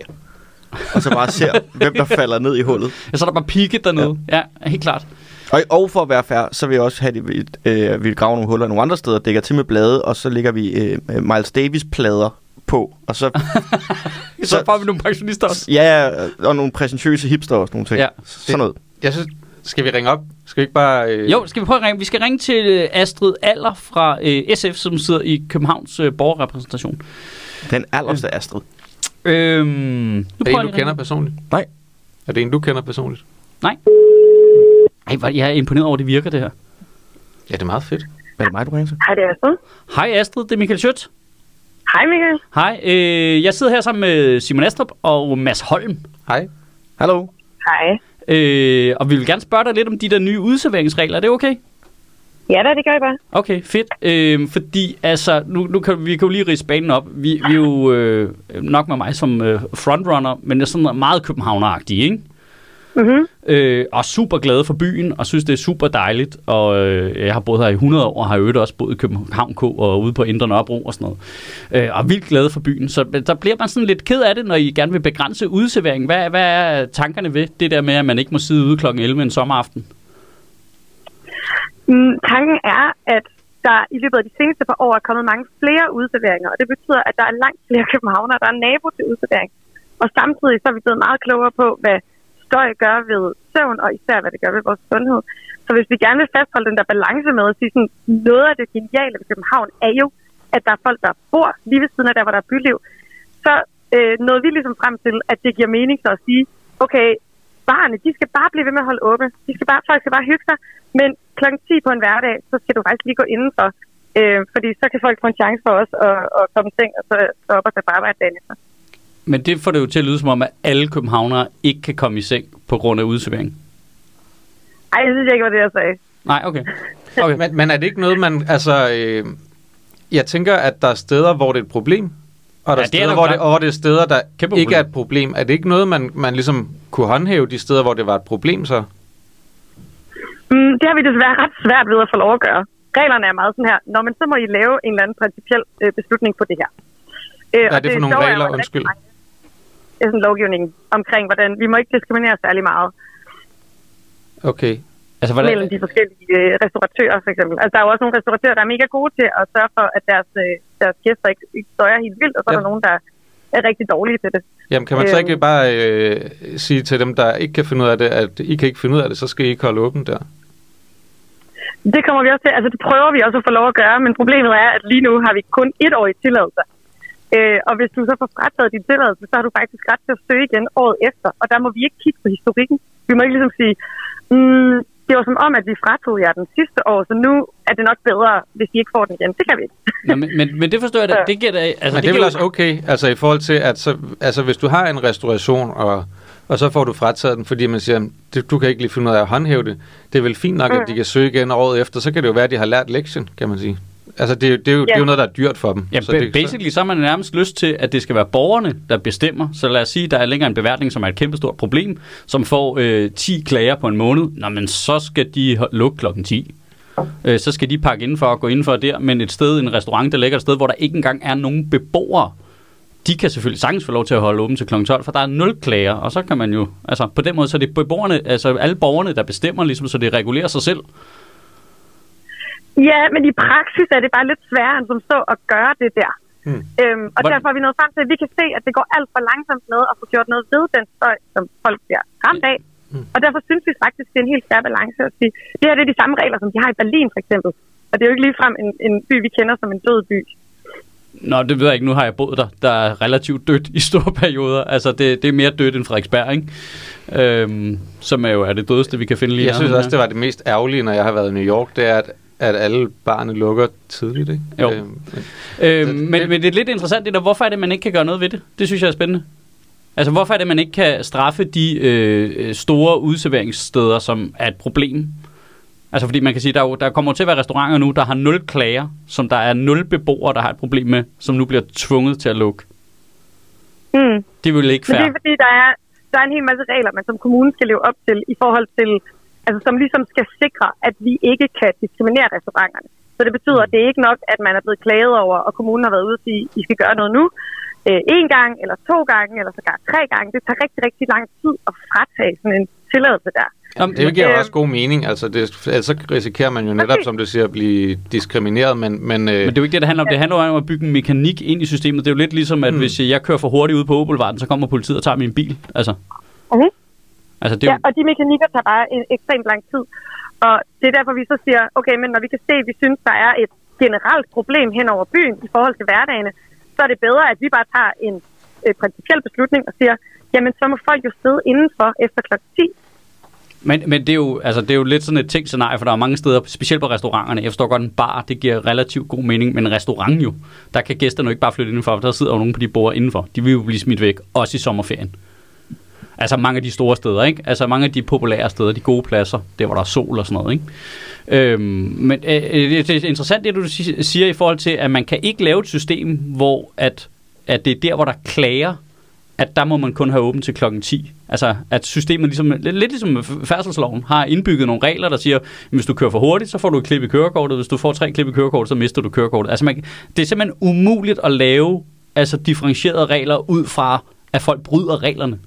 Og så bare ser, hvem der falder ned i hullet.
Ja, så er der bare pigge dernede. Ja, ja helt klart.
Og, og for at være fair, så vil jeg også have, at vi, øh, vi graver nogle huller nogle andre steder, dækker til med blade, og så lægger vi øh, Miles Davis-plader på, og så
Så,
Så-
så får vi nogle pensionister også.
Ja, og nogle præsentøse hipster og sådan nogle ting.
Ja.
Ja. Sådan noget.
Jeg synes, skal vi ringe op? Skal vi ikke bare... Øh,
Jo, skal vi prøve at ringe? Vi skal ringe til øh, Astrid Aller fra øh, SF, som sidder i Københavns øh, borgerrepræsentation.
Den allerste Astrid.
Øhm, nu
Er det
prøver jeg
en, du
at ringe.
kender personligt?
Nej.
Er det en, du kender personligt?
Nej. Ej, hvor jeg er imponeret over, at det virker, det her.
Ja, det er meget fedt.
Er det mig, du ringer til?
Hej, det er Astrid.
Hej Astrid, det er Michael Schødt.
Hej, Michael.
Hej, øh, jeg sidder her sammen med Simon Astrup og Mads Holm.
Hej.
Hallo?
Hej.
Øh, og vi vil gerne spørge dig lidt om de der nye udserveringsregler. Er det okay?
Ja, da, det gør jeg bare.
Okay, fedt. Øh, fordi altså, nu, nu kan vi kan jo lige rise banen op. Vi, vi er jo øh, nok med mig som øh, frontrunner, men jeg er sådan meget københavneragtig, ikke?
Mhm.
Øh, og super glade for byen, og synes, det er super dejligt. Og øh, jeg har boet her i 100 år, og har i øvrigt også boet i København K, og ude på Indre Nørrebro og sådan noget. Øh, og er vildt glade for byen. Så der bliver man sådan lidt ked af det, når I gerne vil begrænse udserveringen. Hvad, hvad er tankerne ved det der med, at man ikke må sidde ude kl. 11 en sommeraften?
Mm, tanken er, at der i løbet af de seneste par år er kommet mange flere udserveringer, og det betyder, at der er langt flere københavnere, der er nabo til udservering. Og samtidig så er vi blevet meget klogere på, hvad støj gør ved søvn, og især hvad det gør ved vores sundhed. Så hvis vi gerne vil fastholde den der balance med at sige, sådan, noget af det geniale ved København er jo, at der er folk, der bor lige ved siden af der, hvor der er byliv, så øh, nåede vi ligesom frem til, at det giver mening så at sige, okay, barne, de skal bare blive ved med at holde åbne. De skal bare, folk skal bare hygge sig. Men kl. 10 på en hverdag, så skal du faktisk lige gå indenfor. Øh, fordi så kan folk få en chance for os at, at komme ting og så stå op og tage på arbejde dagen efter.
Men det får det jo til at lyde som om, at alle københavnere ikke kan komme i seng på grund af udservering.
Ej, jeg synes ikke, det var det, jeg sagde.
Nej, okay. okay.
Men, men er det ikke noget, man... Altså, øh, jeg tænker, at der er steder, hvor det er et problem,
Ja,
og der ja,
det er
er steder,
der jo
hvor det,
klart.
og hvor det er steder, der
Kæmpe
ikke er
problem.
et problem. Er det ikke noget, man, man ligesom kunne håndhæve de steder, hvor det var et problem, så?
Mm, det har vi desværre ret svært ved at få lov at gøre. Reglerne er meget sådan her. Nå, men så må I lave en eller anden principiel øh, beslutning på det her. Øh,
Hvad er
og
det for nogle
sjove er jo,
regler?
at rigtig
Undskyld.
mange- Det er sådan lovgivning omkring, hvordan vi må ikke diskriminere særlig meget
Okay.
Altså,
mellem de forskellige øh, restauratører, for eksempel. Altså, der er jo også nogle restauratører, der er mega gode til at sørge for, at deres, øh, deres gæster ikke, ikke støjer helt vildt, og så er
Ja.
der nogen, der er rigtig dårlige til det.
Jamen, kan man så
Øhm.
ikke bare øh, sige til dem, der ikke kan finde ud af det, at I kan ikke finde ud af det, så skal I ikke holde åbent der?
Det kommer vi også til. Altså, det prøver vi også at få lov at gøre, men problemet er, at lige nu har vi kun et år i tilladelse. Øh, og hvis du så får frataget din tilladelse, så har du faktisk ret til at søge igen året efter. Og der må vi ikke kigge på historikken. Vi må ikke ligesom sige, mm, det var som om, at vi fratog jer den sidste år, så nu er det nok bedre, hvis I ikke får den igen. Det kan vi ikke.
Nå, men, men, men det forstår jeg da. Det giver da... Altså,
Men det, er
giver
vel
jo-
også okay, altså i forhold til, at så, altså, hvis du har en restauration, og, og så får du frataget den, fordi man siger, det, du kan ikke lige finde ud af at håndhæve det, det er vel fint nok, at de kan søge igen året efter, så kan det jo være, at de har lært lektien, kan man sige. Altså det, er jo- det, er, jo, det er jo
Ja.
noget, der er dyrt for dem.
Ja,
så det,
basically, så har man nærmest lyst til, at det skal være borgerne, der bestemmer. Så lad os sige, der er længere en beværtning, som er et kæmpestort problem, som får øh, 10 klager på en måned. Nå, men så skal de ho- lukke klokken 10. Øh, så skal de pakke indenfor og gå indenfor der, men et sted, en restaurant, der ligger et sted, hvor der ikke engang er nogen beboere, de kan selvfølgelig sagtens få lov til at holde åben til kl. 12, for der er nul klager, og så kan man jo, altså på den måde, så er det beboerne, altså alle borgerne, der bestemmer, ligesom, så det regulerer sig selv.
Ja, men i praksis er det bare lidt sværere end som så at gøre det der.
Mm.
Mm. Øhm, og
Hvordan-
derfor er vi nået frem til, at vi kan se, at det går alt for langsomt med at få gjort noget ved den støj, som folk bliver ramt af. Mm. Og derfor synes vi faktisk, det er en helt fair balance at sige, det her det er de samme regler, som de har i Berlin for eksempel. Og det er jo ikke ligefrem en, en by, vi kender som en død by.
Nå, det ved jeg ikke. Nu har jeg boet der. Der er relativt dødt i store perioder. Altså, det, det er mere dødt end Frederiksberg, ikke? Øhm, som er jo er det dødeste, vi kan finde lige
Jeg synes også, det var det mest ærgerlige, når jeg har været i New York, det er, at, at alle barne lukker tidligt, ikke?
Jo.
Øh, men-
Øhm, men, men det er lidt interessant, det der, hvorfor er det, man ikke kan gøre noget ved det? Det synes jeg er spændende. Altså, hvorfor er det, man ikke kan straffe de øh, øh, store udserveringssteder, som er et problem? Altså, fordi man kan sige, der, er jo, der kommer jo til at være restauranter nu, der har nul klager, som der er nul beboere, der har et problem med, som nu bliver tvunget til at lukke.
Mm.
Det er vel ikke
Men det
fair.
er fordi, der er, der er en hel masse regler, man som kommune skal leve op til i forhold til, altså som ligesom skal sikre, at vi ikke kan diskriminere restauranterne. Så det betyder, at det er ikke nok, at man er blevet klaget over, og kommunen har været ude og sige, I skal gøre noget nu. Øh, en gang, eller to gange, eller sågar tre gange. Det tager rigtig, rigtig lang tid at fratage sådan en tilladelse der.
Jamen,
Det giver jo
Øhm.
også god mening, altså det, ellers så risikerer man jo netop,
Præcis.
som du siger, at blive diskrimineret, men, men, øh,
Men det er jo ikke det, det handler om. Det handler jo om at bygge en mekanik ind i systemet. Det er jo lidt ligesom, at mm. hvis jeg kører for hurtigt ud på Opelvarden, så kommer politiet og tager min bil. Altså,
Okay.
altså det er
Ja,
jo,
og de mekanikker tager bare en ekstremt lang tid. Og det er derfor, vi så siger, okay, men når vi kan se, at vi synes, der er et generelt problem hen over byen i forhold til hverdagene, så er det bedre, at vi bare tager en øh, principiel beslutning og siger, jamen så må folk jo sidde indenfor efter kl. 10.
men, men det, er jo, altså, det er jo lidt sådan et tænkt scenarie, for der er mange steder, specielt på restauranterne. Jeg forstår godt, en bar, det giver relativt god mening, men en restaurant jo, der kan gæsterne jo ikke bare flytte indenfor, for der sidder jo nogen på de borde indenfor. De vil jo blive smidt væk, også i sommerferien. Altså mange af de store steder, ikke? Altså mange af de populære steder, de gode pladser, der hvor der er sol og sådan noget, ikke? Øhm, men øh, øh, det det er interessant det, du si- siger i forhold til, at man kan ikke lave et system, hvor at, at det er der, hvor der klager, at der må man kun have åbent til klokken 10. Altså at systemet ligesom, lidt, lidt ligesom med f- færdselsloven, har indbygget nogle regler, der siger, at hvis du kører for hurtigt, så får du et klip i kørekortet. Hvis du får tre klip i kørekortet, så mister du kørekortet. Altså man, kan- det er simpelthen umuligt at lave altså differentierede regler ud fra, at folk bryder reglerne.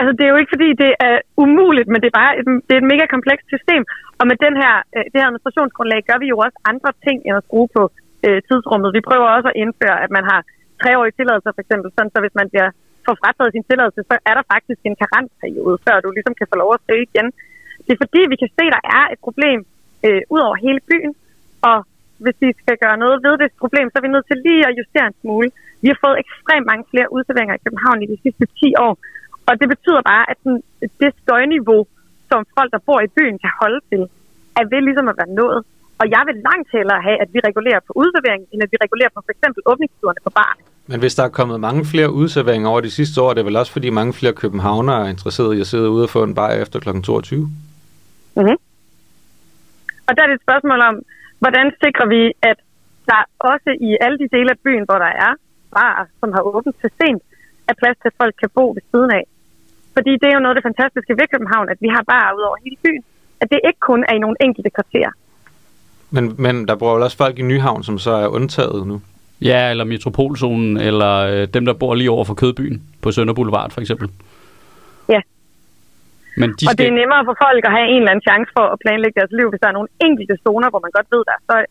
Altså, det er jo ikke, fordi det er umuligt, men det er bare et, det er et mega komplekst system. Og med den her, øh, det her administrationsgrundlag gør vi jo også andre ting end at skrue på øh, tidsrummet. Vi prøver også at indføre, at man har treårige tilladelser, for eksempel, sådan, så hvis man bliver får frataget sin tilladelse, så er der faktisk en karantperiode, før du ligesom kan få lov at søge igen. Det er fordi, vi kan se, at der er et problem øh, ud over hele byen, og hvis vi skal gøre noget ved det problem, så er vi nødt til lige at justere en smule. Vi har fået ekstremt mange flere udserveringer i København i de sidste 10 år, og det betyder bare, at den, det støjniveau, som folk, der bor i byen, kan holde til, er ved ligesom at være nået. Og jeg vil langt hellere have, at vi regulerer på udserveringen, end at vi regulerer på for eksempel åbningstiderne på bar.
men hvis der er kommet mange flere udserveringer over de sidste år, er det vel også, fordi mange flere københavnere er interesserede i at sidde ude og få en bajer efter kl. 22?
Mm-hmm. Og der er det et spørgsmål om, hvordan sikrer vi, at der også i alle de dele af byen, hvor der er barer, som har åbent til sent, er plads til, at folk kan bo ved siden af. Fordi det er jo noget af det fantastiske ved København, at vi har barer ud over hele byen. At det ikke kun er i nogle enkelte kvarterer.
Men, men der bor vel også folk i Nyhavn, som så er undtaget nu.
Ja, eller Metropolzonen, eller øh, dem, der bor lige over for Kødbyen på Sønder Boulevard, for eksempel.
Ja.
Men de
og det
skal...
er nemmere for folk at have en eller anden chance for at planlægge deres liv, hvis der er nogle enkelte zoner, hvor man godt ved, der er støj,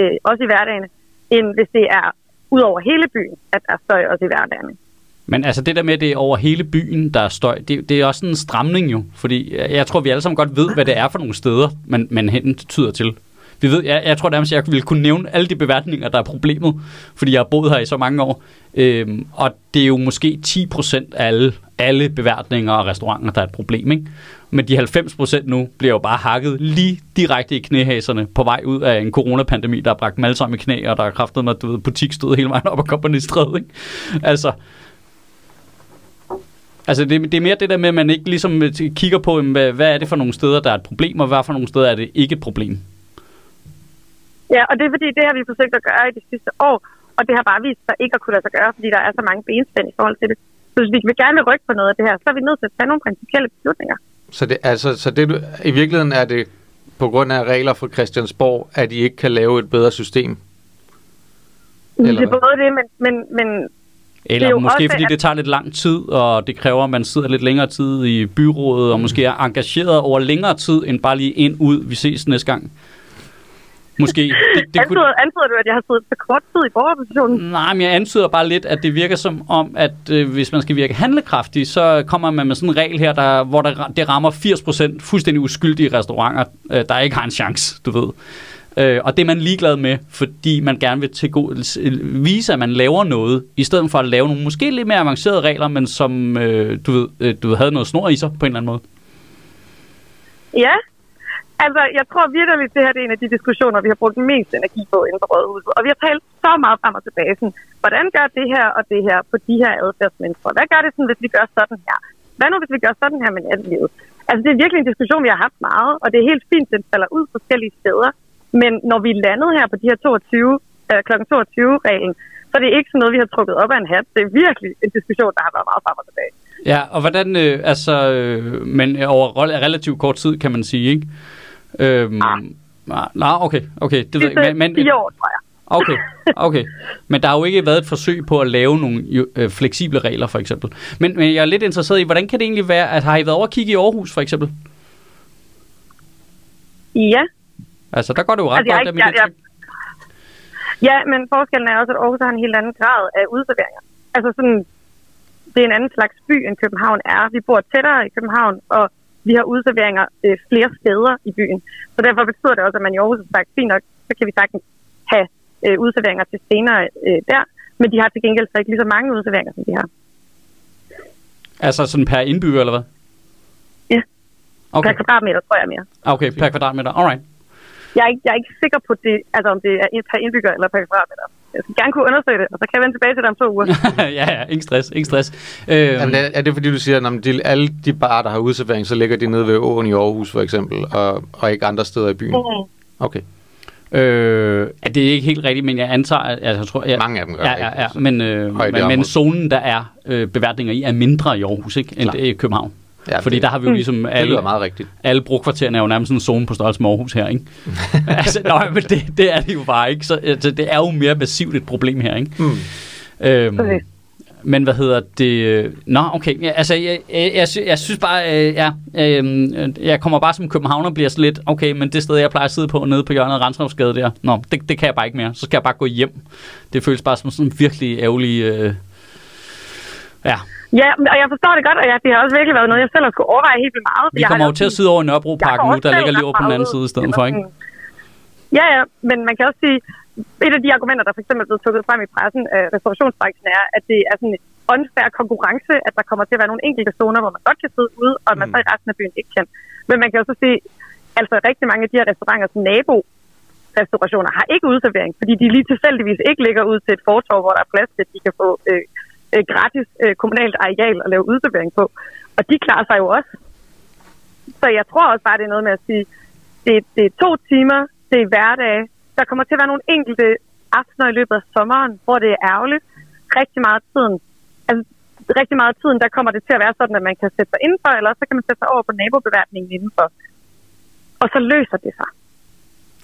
øh, også i hverdagen, end hvis det er ud over hele byen, at der er støj også i hverdagen.
Men altså det der med, at det er over hele byen, der er støj, det, det er også sådan en stramning jo. Fordi jeg jeg tror, vi alle sammen godt ved, hvad det er for nogle steder, man, man hen tyder til. Vi ved, jeg, jeg tror nærmest, jeg ville kunne nævne alle de beværtninger, der er problemet, fordi jeg har boet her i så mange år. Øhm, og det er jo måske 10% af alle, alle beværtninger og restauranter, der er et problem. Ikke? Men de 90% nu bliver jo bare hakket lige direkte i knæhaserne på vej ud af en coronapandemi, der har bragt dem alle sammen i knæ, og der har kraftet mig, du ved, butik stod hele vejen op og kom på ikke? Altså, Altså, det, det er mere det der med, at man ikke ligesom øh, t- kigger på, jamen, hvad, hvad er det for nogle steder, der er et problem, og hvad for nogle steder er det ikke et problem.
Ja, og det er fordi, det har vi forsøgt at gøre i de sidste år, og det har bare vist sig ikke at kunne lade sig gøre, fordi der er så mange benspænd i forhold til det. Så hvis vi vil gerne vil rykke på noget af det her, så er vi nødt til at tage nogle principielle beslutninger.
Så det, altså, så det, du- i virkeligheden er det på grund af regler fra Christiansborg, at I ikke kan lave et bedre system. Eller
det er
hvad?
både det, men, men, men Det er
Eller
jo
måske
også,
fordi
at-
det tager lidt lang tid, og det kræver, at man sidder lidt længere tid i
Mm.
byrådet, og måske er engageret over længere tid, end bare lige ind ud, vi ses næste gang. Måske. Det, det
Antyder, antyder du, at jeg har siddet for kort tid i borgerpositionen?
Nej, men jeg antyder bare lidt, at det virker som om, at øh, hvis man skal virke handlekraftig, så kommer man med sådan en regel her, der, hvor der, det rammer 80% fuldstændig uskyldige restauranter, øh, der ikke har en chance, du ved. Øh, og det er man ligeglad med, fordi man gerne vil til øh, vise, at man laver noget, i stedet for at lave nogle måske lidt mere avancerede regler, men som øh, du, ved, øh, du ved, havde noget snor i sig på en eller anden måde.
Ja. Altså, jeg tror virkelig, at det her det er en af de diskussioner, vi har brugt mest energi på inden for Rådhuset. Og vi har talt så meget frem og tilbage. Sådan, hvordan gør det her og det her på de her adfærdsmønstre? Hvad gør det, sådan, hvis vi gør sådan her? Hvad nu, hvis vi gør sådan her med nattelivet? Altså, det er virkelig en diskussion, vi har haft meget, og det er helt fint, at den falder ud forskellige steder. Men når vi er landet her på de her 22, øh, kl. 22-reglen, så er det ikke sådan noget, vi har trukket op af en hat. Det er virkelig en diskussion, der har været meget frem og tilbage.
Ja, og hvordan, øh, altså, øh, men over rel- relativt kort tid, kan man sige, ikke? Øhm,
Ah.
nej, nej, okay, okay, det ved jeg ikke,
Sidste
men, men,
fire år, tror jeg.
okay, okay. Men der har jo ikke været et forsøg på at lave nogle jo, øh, fleksible regler, for eksempel. Men, men jeg er lidt interesseret i, hvordan kan det egentlig være, at har I været over at kigge i Aarhus, for eksempel?
Ja,
Altså, der går det jo ret
Altså, jeg er
godt,
ikke-
er mit
jeg- jeg-
indtryk.
Ja, men forskellen er også, at Aarhus har en helt anden grad af udserveringer. Altså sådan, det er en anden slags by, end København er. Vi bor tættere i København, og vi har udserveringer øh, flere steder i byen. Så derfor betyder det også, at man i Aarhus har sagt, fint nok, så kan vi sagtens have øh, udserveringer til senere øh, der. Men de har til gengæld så ikke lige så mange udserveringer, som de har
Altså sådan per indbygger, eller hvad?
Ja. okay.
Okay,
per kvadratmeter, tror jeg mere.
okay per kvadratmeter, alright.
Jeg er, ikke, jeg er ikke sikker på, det, altså, om det er per indbygger eller per kvadratmeter. Jeg skal gerne kunne undersøge det, og så kan jeg vende tilbage til dig om to uger.
ja, ja, ingen stress, ingen stress. Øhm,
Jamen, er, er det fordi, du siger, at når de, alle de barer, der har udservering, så ligger de nede ved åen i Aarhus for eksempel, og, og ikke andre steder i byen?
Mm.
Okay.
Øh, at det er ikke helt rigtigt, men jeg antager, at altså, jeg tror... Jeg,
Mange af dem gør
ja,
det ikke,
ja, ja,
altså.
men, øh,
Og
men,
i det
men
område.
zonen, der er øh, beværtninger i, er mindre i Aarhus, ikke, end
Klart.
i København.
Ja,
Fordi
det-
der har vi jo ligesom
Det
alle,
lyder meget rigtigt.
alle brugkvartererne er jo nærmest sådan en zone på størrelse med Aarhus her, ikke? altså, nej, men det, det er det jo bare ikke. Så altså, det er jo mere massivt et problem her, ikke?
Mm.
Øhm,
Okay.
Men hvad hedder det? øh, Nå, okay. Ja, altså, jeg, jeg, jeg, sy- jeg synes bare, øh, ja, øh, jeg kommer bare som københavner og bliver sådan lidt, okay, men det sted, jeg plejer at sidde på nede på hjørnet af Renshavsgade der, nå, det, det kan jeg bare ikke mere. Så skal jeg bare gå hjem. Det føles bare som sådan en virkelig ærgerlig... Øh, ja,
Ja, men- og jeg forstår det godt, og jeg, det har også virkelig været noget, jeg selv har skulle overveje helt vildt meget.
vi kommer jo til at sidde over i Nørrebro Park nu, der ligger lige over på den anden side i stedet for, ikke?
Ja, ja, men man kan også sige, et af de argumenter, der for eksempel er blevet tukket frem i pressen af restaurationsbranchen, er, at det er sådan en unfair konkurrence, at der kommer til at være nogle enkelte zoner, hvor man godt kan sidde ude, og at man
Mm.
så i resten af byen ikke kan. Men man kan også sige, altså rigtig mange af de her restauranter, som nabo restaurationer har ikke udservering, fordi de lige tilfældigvis ikke ligger ud til et fortorv, hvor der er plads til, at de kan få øh, øh, gratis øh, kommunalt areal at lave udservering på. Og de klarer sig jo også. Så jeg tror også bare, det er noget med at sige, det, det er to timer, det er hverdag. Der kommer til at være nogle enkelte aftener i løbet af sommeren, hvor det er ærgerligt. Rigtig meget af tiden. Altså, rigtig meget af tiden, der kommer det til at være sådan, at man kan sætte sig indenfor, eller så kan man sætte sig over på nabobeværtningen indenfor. Og så løser det sig.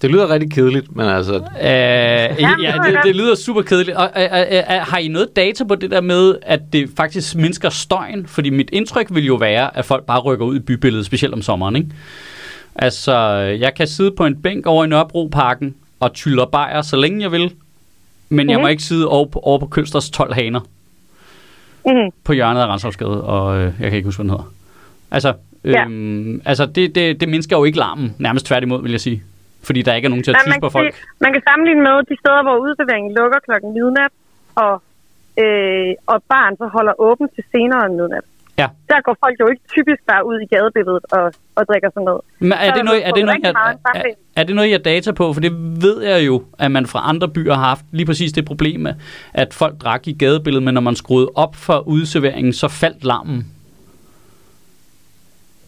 Det lyder rigtig kedeligt, men altså,
Øh, ja,
det var
det,
godt.
det lyder super kedeligt. Og, øh, øh, øh, har I noget data på det der med, at det faktisk mindsker støjen? Fordi mit indtryk vil jo være, at folk bare rykker ud i bybilledet, specielt om sommeren. Ikke? Altså, jeg kan sidde på en bænk over i Nørrebroparken og tylle og bajer, så længe jeg vil. Men jeg må
Mhm.
ikke sidde over på, over på Kønsters 12 haner
Mm.
på hjørnet af Renshavsgade, og øh, jeg kan ikke huske, hvad den hedder. Altså,
Ja.
øhm, altså det, det, det mindsker jo ikke larmen, nærmest tværtimod, vil jeg sige. Fordi der ikke er nogen til at
Men man,
tyske på
kan
folk.
sige, man kan sammenligne med de steder, hvor udserveringen lukker klokken midnat, og, øh, og barn så holder åbent til senere end midnat.
Ja.
Der går folk jo ikke typisk bare ud i gadebilledet og, og drikker sådan noget.
Men er
der
det,
er
noget, er,
blevet trukket
det noget,
rigtig
jeg,
meget
er,
sammenligning.
er det noget, jeg har data på? For det ved jeg jo, at man fra andre byer har haft lige præcis det problem, at folk drak i gadebilledet, men når man skruede op for udserveringen, så faldt larmen.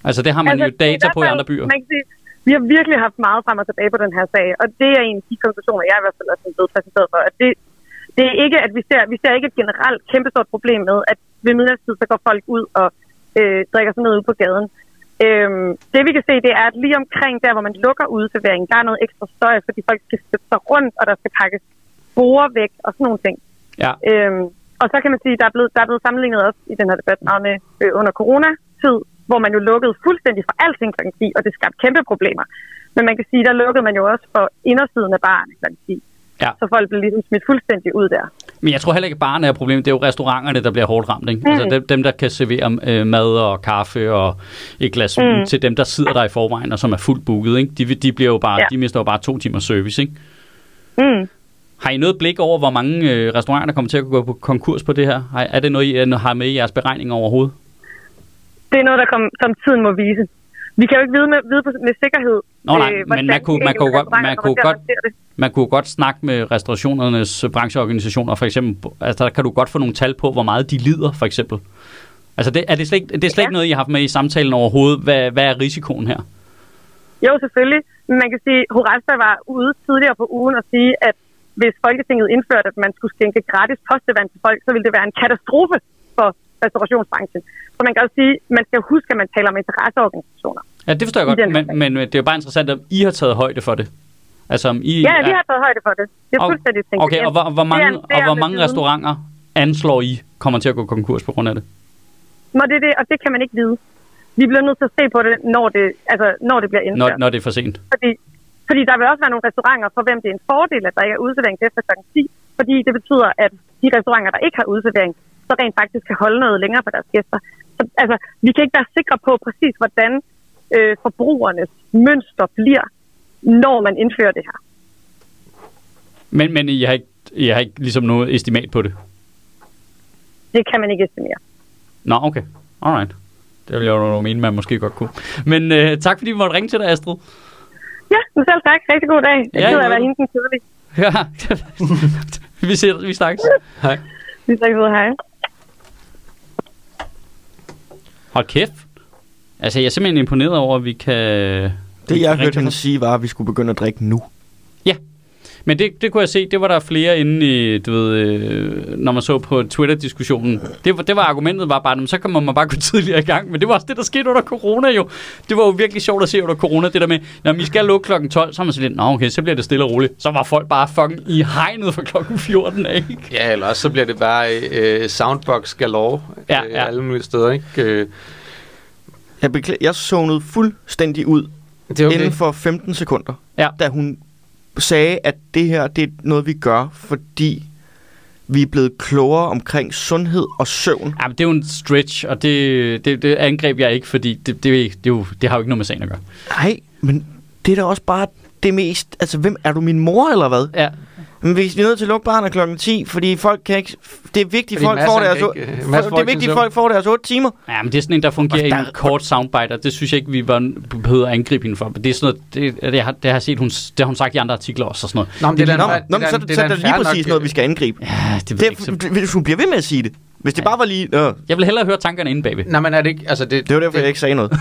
Altså det har man altså, jo
det er i
data
hvert
på i
fald-
andre byer.
Man kan sige, vi har virkelig haft meget frem og tilbage på den her sag, og det er en af de konklusioner, jeg i hvert fald også er blevet præsenteret for, at det, det er ikke, at vi ser, vi ser ikke et generelt kæmpestort problem med, at ved midnatstid, så går folk ud og øh, drikker sig ned ude på gaden. Øhm, det vi kan se, det er, at lige omkring der, hvor man lukker udserveringen, der er noget ekstra støj, fordi folk skal flytte sig rundt, og der skal pakkes borer væk og sådan nogle ting.
Ja.
Øhm, og så kan man sige, at der er blevet, der er blevet sammenlignet også i den her debat meget med øh, under coronatid, hvor man jo lukkede fuldstændig for alting kl. 10, og det skabte kæmpe problemer. Men man kan sige, der lukkede man jo også for indersiden af baren, kan man sige.
Ja.
Så folk blev ligesom smidt fuldstændig ud der.
Men jeg tror heller ikke, at barne er problemet. Det er jo restauranterne, der bliver hårdt ramt. Ikke? Mm.
Mm.
Altså dem, dem, der kan servere øh, mad og kaffe og et glas mm. vin til dem, der sidder der i forvejen og som er fuldt booket. Ikke? De, de, bliver jo bare, ja.
Ja.
de mister jo bare to timers service. Ikke?
Mm.
Har I noget blik over, hvor mange øh, restauranter, der kommer til at gå på konkurs på det her? Har, er det noget, I øh, har med i jeres beregninger overhovedet?
Det er noget, der kom, som tiden må vise. Vi kan jo ikke vide med, vide på- med sikkerhed, øh,
Nå, nej, men
hvordan
man kunne-
de
man kunne
enkelte
godt- man
restauranter
kunne
kommer til at
godt-
håndtere det.
Man kunne jo godt snakke med restaurationernes brancheorganisationer, for eksempel. Altså, der kan du godt få nogle tal på, hvor meget de lider, for eksempel. Altså, det, er det slet, ikke, det er slet
Ja.
ikke noget, I har haft med i samtalen overhovedet? Hvad, hvad er risikoen her?
Jo, selvfølgelig. Men man kan sige, at Horesta var ude tidligere på ugen og sige, at hvis Folketinget indførte, at man skulle skænke gratis postevand til folk, så ville det være en katastrofe for restaurationsbranchen. Så man kan også sige, at man skal huske, at man taler om interesseorganisationer.
Ja, det forstår jeg
I
godt,
den her
men, men det er jo bare interessant, om I har taget højde for det. Altså, om I...
Ja, vi har taget højde for det. Det er
Og-
fuldstændig tænkt.
Okay, og hvor, hvor
Det er-
mange,
det er
og hvor
med
mange
viden.
restauranter anslår I kommer til at gå konkurs på grund af det?
Nå, det er det, og det kan man ikke vide. Vi bliver nødt til at se på det, når det, altså, når det bliver
Når,
indført.
når det er for sent.
Fordi, fordi der vil også være nogle restauranter, for hvem det er en fordel, at der ikke er udservering til efter kl. 10, fordi det betyder, at de restauranter, der ikke har udservering, så rent faktisk kan holde noget længere for deres gæster. Så, altså, vi kan ikke være sikre på præcis, hvordan øh, forbrugernes mønster bliver, når man indfører det her.
Men, men I, har ikke, I har ikke ligesom noget estimat på det?
Det kan man ikke estimere.
Nå, okay. Alright. Det ville jeg jo mene, man måske godt kunne. Men øh, tak, fordi vi måtte ringe til dig, Astrid.
Ja, men selv tak. Rigtig god dag. Jeg
Ja, i
ja, gider at
måde.
være hende den kedelige.
Ja. vi, ser, vi snakkes.
Hej.
Vi snakkes ved. Hej.
Hold kæft. Altså, jeg er simpelthen imponeret over, at vi kan...
Det, jeg
rigtig
hørte hende
godt.
sige, var, at vi skulle begynde at drikke nu.
Men det, det kunne jeg se, det var der flere inde i, du ved, øh, når man så på Twitter-diskussionen. Det, var- det var argumentet var bare, "Nå, men så kan man bare gå tidligere i gang. Men det var også det, der skete under corona jo. Det var jo virkelig sjovt at se under corona, det der med, når vi skal lukke klokken 12, så er man sådan lidt, nå okay, så bliver det stille og roligt. Så var folk bare fucking i hegnet fra klokken 14 af, ikke?
Ja, eller også så bliver det bare øh, soundbox galore
Ja,
øh,
ja.
alle mulige steder, ikke? Øh,
Jeg, beklæ- jeg zonede fuldstændig ud
det er
okay.
okay.
inden for 15 sekunder,
Ja.
da hun sagde, at det her det er noget, vi gør, fordi vi er blevet klogere omkring sundhed og søvn.
Jamen, det er jo en stretch, og det, det, det angreb jeg ikke, fordi det, det, er ikke- det, er jo, det har jo ikke noget med sagen at gøre.
Nej, men det er da også bare det mest... Altså, hvem er du, min mor eller hvad?
Ja,
Men vi er nødt til at lukke barnet klokken 10, fordi folk kan ikke... Det er vigtigt,
Fordi
folk
Mads,
får
han
deres,
kan
o-
ikke- øh,
for-
Mads får
det er
ikke sin
vigtigt,
søvn.
folk får deres 8 timer.
Ja, men det er sådan en, der fungerer i
Og
en
der-
kort soundbite, og det synes jeg ikke, vi var behøvede at angribe hende for. Men det er sådan noget, det, det, har, det har jeg set, hun, det har hun sagt i andre artikler også, og sådan noget.
Nå, men det er da
Nå,
en-
nå,
det
men
er
så,
da-
så
det
er
da
det
en
lige
fair
præcis
nok,
noget, vi skal angribe.
Ja, det ved jeg ikke. Så...
Det, hvis hun bliver ved med at sige det. Hvis det bare var lige... Øh,
Jeg vil hellere høre tankerne inde, baby.
Nej, men er det ikke... Altså det,
det var derfor, jeg ikke sagde noget.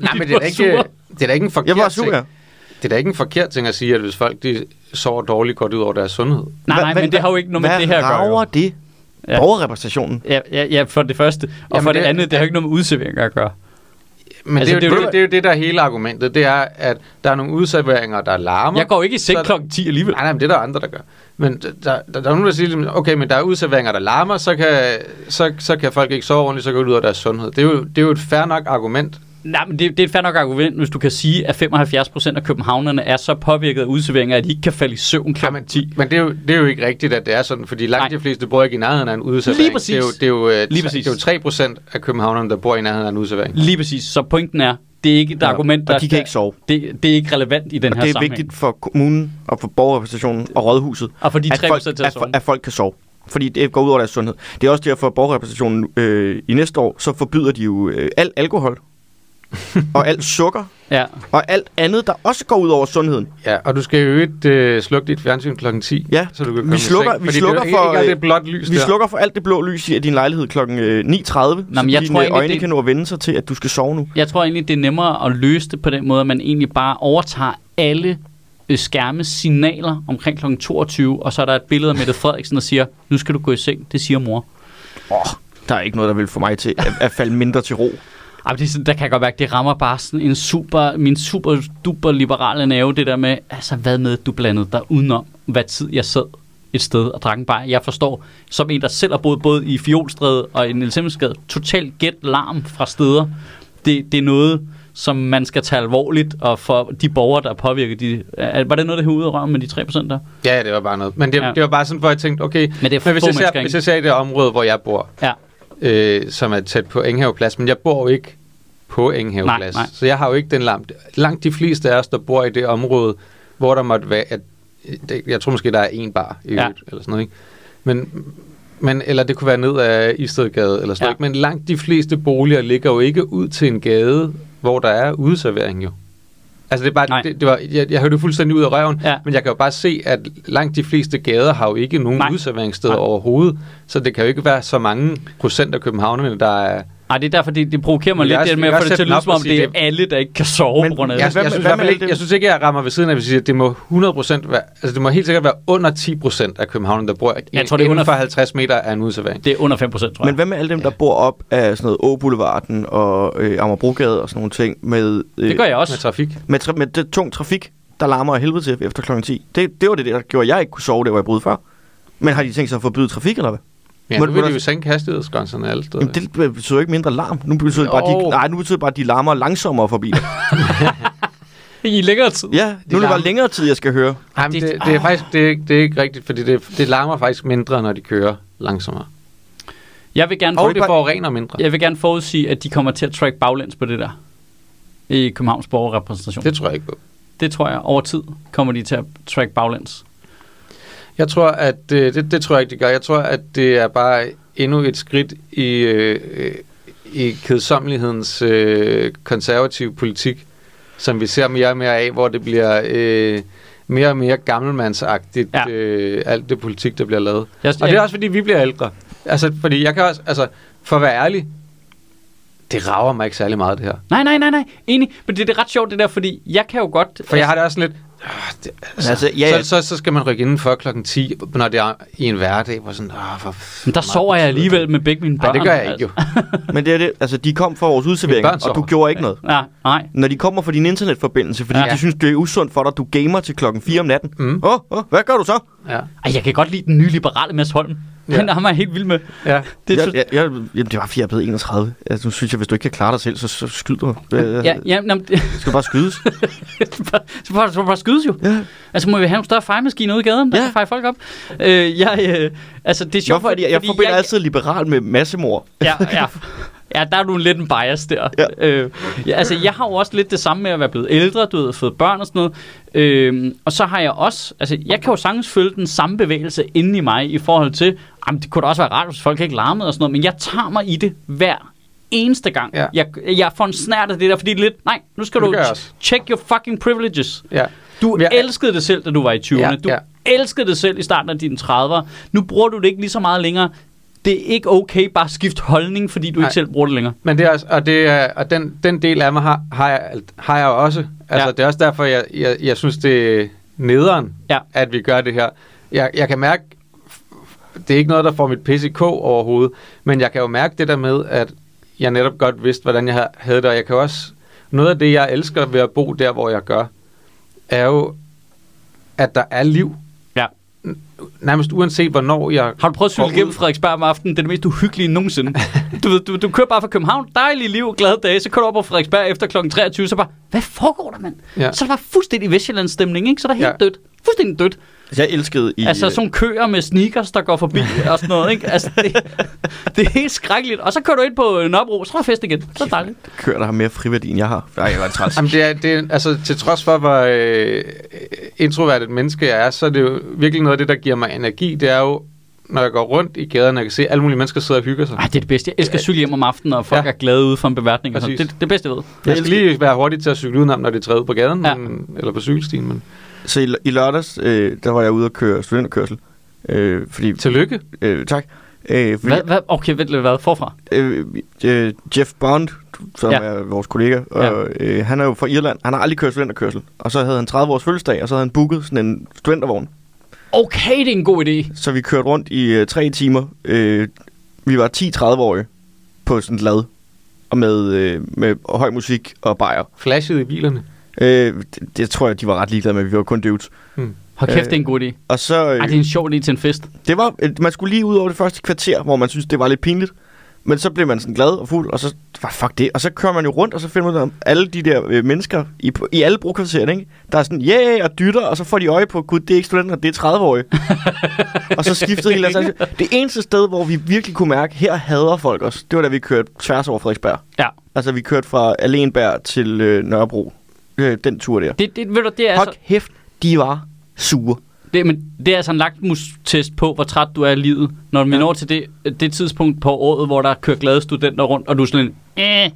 Nej, men det er
var
da ikke,
sure.
det er da ikke en forkert
Jeg var sur,
ting.
ja.
Det er da ikke en forkert ting at sige, at hvis folk de sover dårligt, går det ud over deres sundhed.
Nej, nej,
Hvad-
men det har jo ikke noget med
hvad
det her at gøre.
rager
jo.
det?
Ja.
Borgerrepræsentationen.
Ja, ja, ja, for det første. Og
Jamen,
for det,
det-
andet, det har jo ikke noget med udservering at gøre.
Men
Altså,
altså, det, er
det
jo,
er jo-
det, det, er jo det, der er hele argumentet. Det er, at der er nogle udserveringer, der larmer.
Jeg går ikke i seng
Så-
klokken 10 alligevel.
Nej, nej, men det er der andre, der gør. Men der, der, der er nogen, der siger, ligesom, okay, men der er udserveringer, der larmer, så kan, så, så kan folk ikke sove ordentligt, så går det ud over deres sundhed. Det er jo, det er jo et fair nok argument.
Nej, men det, det er et fair nok argument, hvis du kan sige, at 75% af københavnerne er så påvirket af udserveringer, at de ikke kan falde i søvn
Ja,
klokken
men,
10.
men det, er jo, det er jo ikke rigtigt, at det er sådan, fordi langt
Nej.
nej. de fleste bor ikke i nærheden af en udservering.
Lige præcis.
Det er jo, det er jo, øh,
Lige præcis.
Det er jo 3% af københavnerne, der bor i nærheden af en udservering.
Lige præcis. Så pointen er, det er ikke et argument, der...
Og de kan ikke sove.
Det, det er ikke relevant i den
Og
her
det er
sammenhæng.
vigtigt for kommunen og for borgerrepræsentationen og rådhuset,
Og for de
at
3%
folk,
til at
at,
sove.
at folk kan sove. Fordi det går ud over deres sundhed. Det er også derfor, at borgerrepræsentationen øh, i næste år, så forbyder de jo øh, al alkohol og alt sukker
Ja.
og alt andet, der også går ud over sundheden.
Ja, og du skal jo ikke øh, slukke dit fjernsyn klokken 10,
Ja,
så du kan komme
vi
i
slukker,
seng,
vi
fordi
slukker
det, er jo
for,
ikke- Ikke,
øh,
det er blåt lys
Vi
der.
slukker for alt det blå lys i din lejlighed kl. 9.30, så
men jeg
dine
tror
øjne
egentlig,
det...
det-
kan nå at vende sig til, at du skal sove nu.
Jeg tror egentlig, det er nemmere at løse det på den måde, at man egentlig bare overtager alle øh, skærmes signaler omkring kl. 22, og så er der et billede af Mette Frederiksen, der siger, nu skal du gå i seng, det siger mor.
Oh, der er ikke noget, der vil få mig til at, at falde mindre til ro.
Ej, men det, er sådan- der kan jeg godt mærke, det rammer bare sådan en super, min super duper liberale nerve, det der med, altså hvad med, at du blandede dig udenom, hvad tid jeg sad et sted og drak en bajer. Jeg forstår, som en, der selv har boet både i Fjolstræde og i Niels Hemmelsgade, totalt gæt larm fra steder. Det, det er noget, som man skal tage alvorligt, og for de borgere, der er påvirket. De, er, var det noget, der hed ud af røven med de 3%? Der?
Ja, ja, det var bare noget. Men det,
Ja.
ja. det var bare sådan, hvor jeg tænkte, okay,
Men det er
men hvis,
få
jeg
mennesker,
ser,
ikke?
hvis jeg ser i det område, hvor jeg bor,
Ja.
øh, som er tæt på Enghaveplads, men jeg bor jo ikke på Enghaveplads,
Nej, nej.
så jeg har jo ikke den lamp. Langt de fleste af os, der bor i det område, hvor der måtte være, at, øh, det, jeg tror måske, der er en bar i
Ja.
ja. øvrigt, eller sådan noget, ikke? Men, men, eller det kunne være ned ad Istedgade, eller sådan
Ja.
ja. men langt de fleste boliger ligger jo ikke ud til en gade, hvor der er udservering jo. Altså det er
Nej.
bare, det, det var, jeg, jeg hørte det fuldstændig ud af røven,
Ja.
men jeg kan jo bare se, at langt de fleste gader har jo ikke nogen
Nej.
Nej. udserveringssteder
Nej.
overhovedet, så det kan jo ikke være så mange procent af københavnerne, der er...
Nej, det er derfor, det, det provokerer mig
Men
lidt,
jeg
det
er-
med
jeg
at
er
få det til at
sæt
lyde
nok
som om,
at sige,
det er
det-
alle, der ikke kan sove
Men
på grund af
Ja,
Jeg,
det.
hvad
jeg,
med-
synes, i
hvad
hvert fald
med
ikke,
alt
jeg
det-
synes ikke, jeg rammer ved siden af, at sige, at det må 100% være, altså det må helt sikkert være under 10% af københavnerne, der bor
Jeg tror, det er
inden
under-
for 50 meter af en udservering.
Det er under 5%, tror jeg.
Men hvad med alle dem, der bor op af sådan noget Åboulevarden og øh, Amagerbrogade og sådan nogle ting med, øh,
det gør jeg
Med
også.
trafik.
med, tra- med det, tung trafik, der larmer af helvede til efter klokken 10? Det, det var det, der gjorde, at jeg ikke kunne sove, det var jeg boede før. Men har de tænkt sig at forbyde trafik, eller hvad?
Ja,
Må-
nu
må
vil de
der-
jo sænke hastighedsgrænserne alle steder.
Jamen, det betyder jo ikke mindre larm. Nu betyder, det bare, at de,
Jo.
nej, nu betyder det bare, at de larmer langsommere forbi.
I længere tid.
ja, nu er det bare
larmer.
længere tid, jeg skal høre.
Jamen,
Det-
det, det, er faktisk det er, ikke- det er ikke rigtigt, fordi det, det larmer faktisk mindre, når de kører langsommere.
Jeg vil gerne,
Og det
for,
forurener mindre.
jeg vil gerne forudsige, at de kommer til at track baglæns på det der i Københavns borgerrepræsentation.
Det tror jeg ikke på.
Det tror jeg. Over tid kommer de til at track baglæns.
Jeg tror, at øh, det, det tror jeg ikke, de gør. Jeg tror, at det er bare endnu et skridt i, øh, øh, i kedsomlighedens øh, konservative politik, som vi ser mere og mere af, hvor det bliver øh, mere og mere gammelmandsagtigt,
Ja.
ja. øh, alt det politik, der bliver lavet.
Jeg,
Og det er også, fordi vi bliver ældre. Altså, fordi jeg kan også, altså, for at være ærlig, det rager mig ikke særlig meget, det her.
Nej, nej, nej, nej. Enig. Men det, det er ret sjovt, det der, fordi jeg kan jo godt...
For jeg har det også lidt... "Ah, Det, altså,
Altså,
altså,
ja,
ja,
ja.
så, så, så skal man rykke inden for klokken 10, når det er i en hverdag, hvor sådan... Ah, hvor
Men der
meget
sover jeg
betyder
alligevel
det?"
med begge mine børn. altså.
Nej, det gør jeg ikke jo.
Men det er det. Altså, de kom fra vores
Mine
udserveringer,
børn
og du
sover.
gjorde ikke noget.
Nej, nej.
Når de kommer fra din internetforbindelse, fordi
Ja.
ja. de synes, det er usundt for dig, du gamer til klokken 4 om natten. Åh,
Mm.
mm. oh, oh, hvad gør du så?
Ja.
Ej, jeg kan godt lide den nye liberale Mads Holm. Ja.
Ja.
Han er ham er jeg helt vild med.
ja.
Det,
jeg,
synes-
jeg, jeg, jamen, det var, fordi jeg er blevet 31. Altså, nu synes jeg, hvis du ikke kan klare dig selv, så, så skyd dig. Øh,
ja, ja, jamen, det,
Skal du bare skydes?
så bare, så bare, så bare skydes jo.
ja.
Altså, må vi have en større fejemaskine ude i gaden, der
Ja.
ja. kan feje folk op? Øh, jeg, øh, altså, det er sjovt,
Hvorfor er de, jeg
fordi
forbinder jeg...
altså
altid liberal med massemord.
ja, ja. Ja, der er du lidt en bias der.
Ja.
Øh, ja, altså, jeg har jo også lidt det samme med at være blevet ældre, du ved, fået børn og sådan noget. Øh, og så har jeg også, altså, jeg kan jo sagtens følge den samme bevægelse inde i mig i forhold til, jamen, det kunne da også være rart, hvis folk ikke larmede og sådan noget, men jeg tager mig i det hver eneste gang.
Ja.
Jeg, jeg får en snært af det der, fordi det er lidt, nej, nu skal
Det
du
gør jeg også.
check your fucking privileges.
ja.
Du
Men jeg-
elskede det selv, da du var i 20'erne.
Ja,
du
ja.
elskede det selv i starten af dine 30'er. Nu bruger du det ikke lige så meget længere. Det er ikke okay bare at skifte holdning, fordi du
Nej.
ikke selv bruger det længere.
Men det er også, og, det er, og den, den del af mig har, har, jeg, har jeg også. Altså,
Ja.
ja. det er også derfor, jeg, jeg, jeg synes, det er nederen,
Ja.
at vi gør det her. Jeg, jeg kan mærke, det er ikke noget, der får mit PCK overhovedet, men jeg kan jo mærke det der med, at jeg netop godt vidste, hvordan jeg ha- havde det, og jeg kan også, noget af det, jeg elsker ved at bo der, hvor jeg gør, er jo, at der er liv.
Ja.
Nærmest uanset, hvornår jeg
Har du prøvet at
går
cykle
ud.
gennem Frederiksberg om aftenen? Det er det mest uhyggelige nogensinde. Du, ved, du, du kører bare fra København, dejlig liv, glade dage, så kører du op på Frederiksberg efter kl. 23, så bare, hvad foregår der, mand?
Ja.
Så er der bare fuldstændig Vestjyllands-stemning, ikke? Så er der helt
Ja.
dødt. Fuldstændig dødt.
Jeg elskede i... øh,
Altså sådan nogle køer med sneakers, der går forbi og sådan noget, ikke? Altså, det, det er helt skrækkeligt. Og så kører du ind på Nørrebro, så er der fest igen. Så er det dejligt.
kører, der har mere friværdi, end jeg har. Nej, jeg var træls.
Jamen, det er, det er, altså, til trods for, hvor øh, introvert et menneske jeg er, så er det jo virkelig noget af det, der giver mig energi. Det er jo, når jeg går rundt i gaderne, og jeg kan se alle mulige mennesker sidde og hygge sig.
Ej, det er det bedste. Jeg elsker at cykle hjem om aftenen, og folk ja.
Ja.
er glade ude for en beværtning. Og sådan.
Præcis.
Det, det er det bedste, jeg ved.
Jeg skal lige være hurtig til at cykle udenom, når det er træet på gaden,
Ja.
ja. men, eller på cykelstien. Men.
Så i, l- i lørdags, øh, der var jeg ude at køre studenterkørsel. Øh, fordi...
Tillykke.
Øh, tak. Øh, fordi,
Hvad, hvad? Okay, vent lidt. Hvad? Forfra?
øh, øh, Jeff Bond, som
Ja.
ja. er vores kollega, og, øh, han er jo fra Irland. Han har aldrig kørt studenterkørsel. Og så havde han 30 års fødselsdag, og så havde han booket sådan en studentervogn.
Okay, det er en god idé.
Så vi kørte rundt i øh, tre timer. Øh, vi var 10-30-årige på sådan et lad. Og med, øh, med høj musik og bajer.
Flashet i bilerne.
Øh, det, det tror jeg, de var ret ligeglade med. Vi var kun dudes.
Hmm.
Hold kæft,
Øh,
det er en god idé.
Og så... Øh,
Ej, det er en sjov idé til en fest.
Det var, øh, man skulle lige ud over det første kvarter, hvor man synes det var lidt pinligt. Men så blev man sådan glad og fuld, og så, "Fuck, fuck det. Og så kører man jo rundt, og så finder man ud af, om alle de der øh, mennesker i, i alle brokvartererne, ikke? Der er sådan, yeah, og dytter, og så får de øje på, gud, det er ikke studenter, det er 30-årige. og så skiftede hele deres Det eneste sted, hvor vi virkelig kunne mærke, her hader folk os, det var da vi kørte tværs over Frederiksberg.
Ja.
Altså, vi kørte fra Alenberg til øh, Nørrebro. Øh, den tur der.
Det, det, ved du, det er,
Hold
altså,
kæft, de var sure.
det, men det er altså en lagtmus-test på, hvor træt du er af livet, når vi
Ja.
når til det, det tidspunkt på året, hvor der kører glade studenter rundt, og du er sådan en, "Øh, det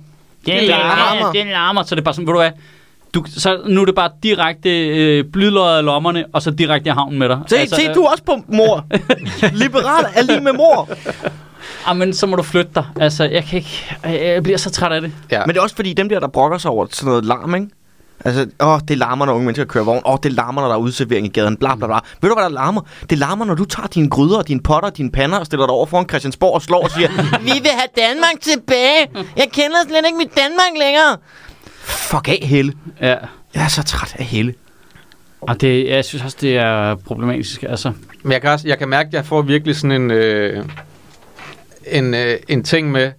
larmer.
larmer."
det larmer. Så det er bare sådan, ved du hvad, du, så nu er det bare direkte øh, blydløjet af lommerne, og så direkte i havnen med dig. øh,
Se, altså, se du er også på mor. Liberal er lige med mor.
Ah, men så må du flytte dig. Altså, jeg kan ikke... Jeg, jeg bliver så træt af det.
Ja.
Men det er også fordi, dem der, der brokker sig over sådan noget larm, ikke? Altså, åh, det larmer, når unge mennesker kører vogn. Åh, det larmer, når der er udservering i gaden. Bla, bla, bla. Ved du, hvad der larmer? Det larmer, når du tager dine gryder og dine potter og dine pander og stiller dig over foran Christiansborg og slår og siger, Vi vil have Danmark tilbage. Jeg kender slet ikke mit Danmark længere. Fuck af, Helle.
Ja.
Jeg er så træt af Helle.
Og det, jeg synes også, det er problematisk. Altså,
Men jeg kan, også, jeg kan mærke, at jeg får virkelig sådan en, øh, en, øh, en ting med,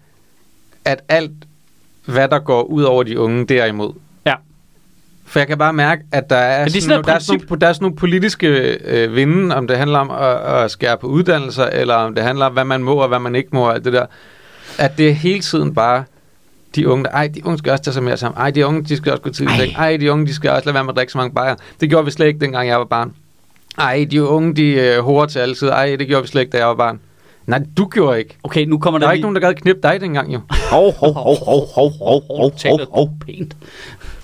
at alt, hvad der går ud over de unge, det er imod.
ja.
For jeg kan bare mærke, at der er,
det er
sådan,
sådan et
nogle- der, er sådan
princip.
nogle, der er sådan nogle politiske øh, vinde, om det handler om at, at skære på uddannelser, eller om det handler om, hvad man må og hvad man ikke må, og alt det der. At det er hele tiden bare de unge, der, ej, de unge skal også tage sig mere sammen. Ej, de unge, de skal også gå tidligt i seng. Ej, de unge, de skal også lade være med at drikke så mange bajer. Det gjorde vi slet ikke, dengang jeg var barn. Ej, de unge, de øh, hårde til altid. Ej, det gjorde vi slet ikke, da jeg var barn. Nej, du gjorde ikke.
Okay, nu kommer
Der
der,
var ikke nogen, der gad knippe dig dengang, jo.
Hov, hov, hov, hov, hov, hov, hov, hov, hov.
pænt.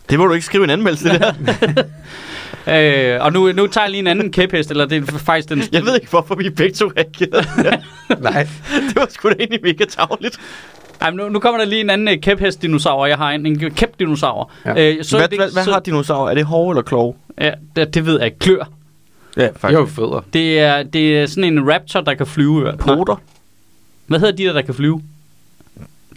Det må du ikke skrive en anmeldelse, det der.
Øh, og nu, nu tager jeg lige en anden kæphest, eller det er faktisk den...
Jeg ved ikke, hvorfor vi begge to reagerede.
Nej.
Det var sgu da egentlig mega tavligt.
Ej, men nu, nu kommer der lige en anden øh, kæphest-dinosaur. Jeg har en, en kæp-dinosaur.
Ja.
Øh,
Så hvad, hvad, hvad har dinosaurer? Er det hårde eller kloge?
Ja, det, det ved jeg ikke. Klør.
Ja,
Det var jo federe.
Det er, det er sådan en raptor, der kan flyve. øh. Nej,
Poter?
Hvad hedder de der, der kan flyve?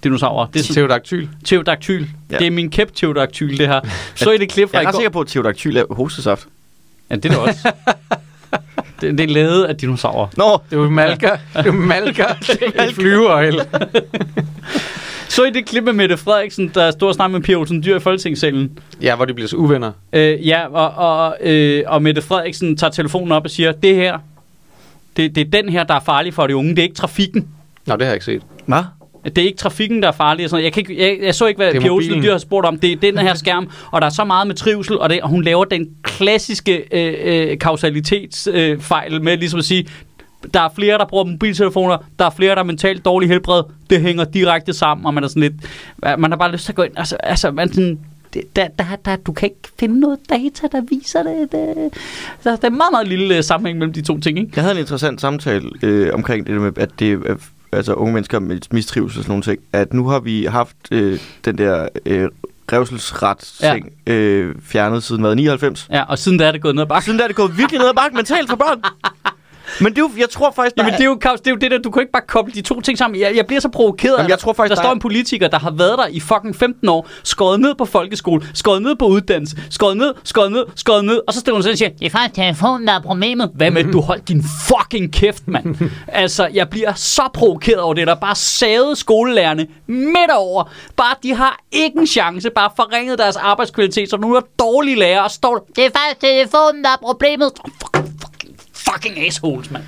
Dinosaurer. Det er sådan,
Teodaktyl.
teodaktyl.
Ja.
Det er min kæp-teodaktyl, det her. Så i det klip fra
Jeg
i
er ret
går.
sikker på, at Theodactyl er hostesaft.
Ja, det er det også. det, det er lavet af dinosaurer.
Nå,
Det er jo malker. Det er jo malker. Det flyveøjle.
Så i det klip med Mette Frederiksen, der stod og snakkede med Pia Olsen Dyr i Folketingssalen.
Ja, hvor de bliver så uvenner.
Øh, ja, og, og, øh, og Mette Frederiksen tager telefonen op og siger, det her, det, det er den her, der er farlig for de unge. Det er ikke trafikken.
Nå, det har jeg ikke set.
hvad?
Det er ikke trafikken, der er farlig. og Sådan. noget. Jeg, kan ikke, jeg, jeg så ikke, hvad
Det er
Pia Olsen
mobilen.
Dyr har spurgt om. Det er den her skærm, og der er så meget med trivsel, og, det, og hun laver den klassiske øh, øh, kausalitetsfejl øh, fejl med ligesom at sige, der er flere, der bruger mobiltelefoner, der er flere, der er mentalt dårlig helbred, det hænger direkte sammen, og man er sådan lidt, man har bare lyst til at gå ind, altså, altså man sådan, det- der, der, der, du kan ikke finde noget data, der viser det. det. Der, der er en meget, meget lille øh, sammenhæng mellem de to ting, ikke?
Jeg havde en interessant samtale øh, omkring det der med, at det er altså unge mennesker med mistrivsel og sådan nogle ting, at nu har vi haft øh, den der øh, revselsret-ting øh, fjernet siden hvad, 99?
Ja, og siden da er det gået ned ad bakke.
Siden der er det gået virkelig ned ad bakken mentalt for børn. Men det er jo, jeg tror faktisk, der
Jamen, det er jo kaos, det er jo det der, du kan ikke bare koble de to ting sammen. Jeg, jeg bliver så provokeret.
Jamen, jeg tror faktisk,
der,
der
står
er-
en politiker, der har været der i fucking 15 år, skåret ned på folkeskole, skåret ned på uddannelse, skåret ned, skåret ned, skåret ned, og så stiller hun sig og siger, det er faktisk telefonen, der er problemet. Hvad med, at
Mhm.
du holdt din fucking kæft, mand? altså, jeg bliver så provokeret over det, der bare savede skolelærerne midt over. Bare, de har ikke en chance, bare forringet deres arbejdskvalitet, så nu er dårlige lærere og står, der, det er faktisk telefonen, der er problemet. Fucking, fucking, fucking assholes, mand.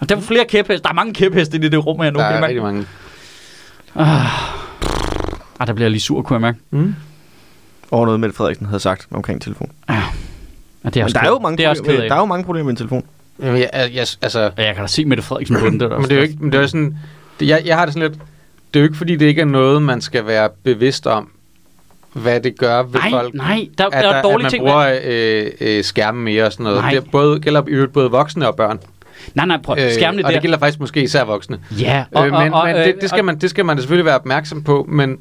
Og der er flere kæpheste. Der er mange kæpheste i det rum her nu.
Der
kan jeg
er
mærke.
rigtig mange.
Ah, der bliver jeg lige sur, kunne jeg mærke.
over noget, Mette Frederiksen havde sagt omkring telefon.
Ja, det er
Men
også
der er,
ked-
jo mange
det er også
problemer,
ked
med, der er
af.
jo mange problemer med en telefon.
Jamen, jeg, jeg, jeg, altså,
Ja, jeg kan da se Mette Frederiksen på den der.
men det er jo ikke, men det er jo sådan, det, jeg, jeg har det sådan lidt, det er jo ikke fordi, det ikke er noget, man skal være bevidst om, hvad det gør ved
Nej,
folk.
nej, der- der er
at
dårlige
at man
ting ved-
bruger øh, øh, skærme mere og sådan noget.
Nej.
Det er både, gælder i øvrigt både voksne og børn.
Nej, nej, prøv. Skærmene
Øh, og
der.
det gælder faktisk måske især voksne.
Ja,
Og, øh, men og, men
øh,
det, det, skal man, det skal man selvfølgelig være opmærksom på, men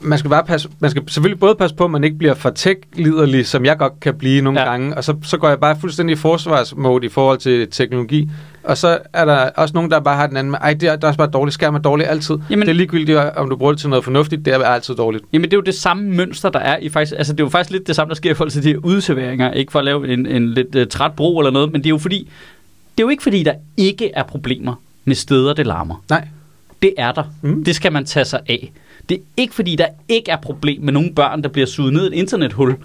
man skal, bare passe, man skal selvfølgelig både passe på, at man ikke bliver for tech-liderlig, som jeg godt kan blive nogle
Ja.
ja. gange, og så, så går jeg bare fuldstændig i forsvarsmode i forhold til teknologi. Og så er der også nogen, der bare har den anden med, ej, det er, der er også bare dårligt, skærm er dårligt altid.
Jamen-
Jamen, det er ligegyldigt, om du bruger det til noget fornuftigt, det er altid dårligt.
Jamen, det er jo det samme mønster, der er i faktisk... Altså, det er jo faktisk lidt det samme, der sker i forhold til de her udserveringer. Ikke for at øh, lave en, en lidt uh, træt bro eller noget, men det er jo fordi... Det er jo ikke fordi, der ikke er problemer. steder, det larmer.
Nej.
Det er der.
Mm.
Mm. Det skal man tage sig af. Det er ikke fordi, der ikke er problem med nogle børn, der bliver suget ned i et internethul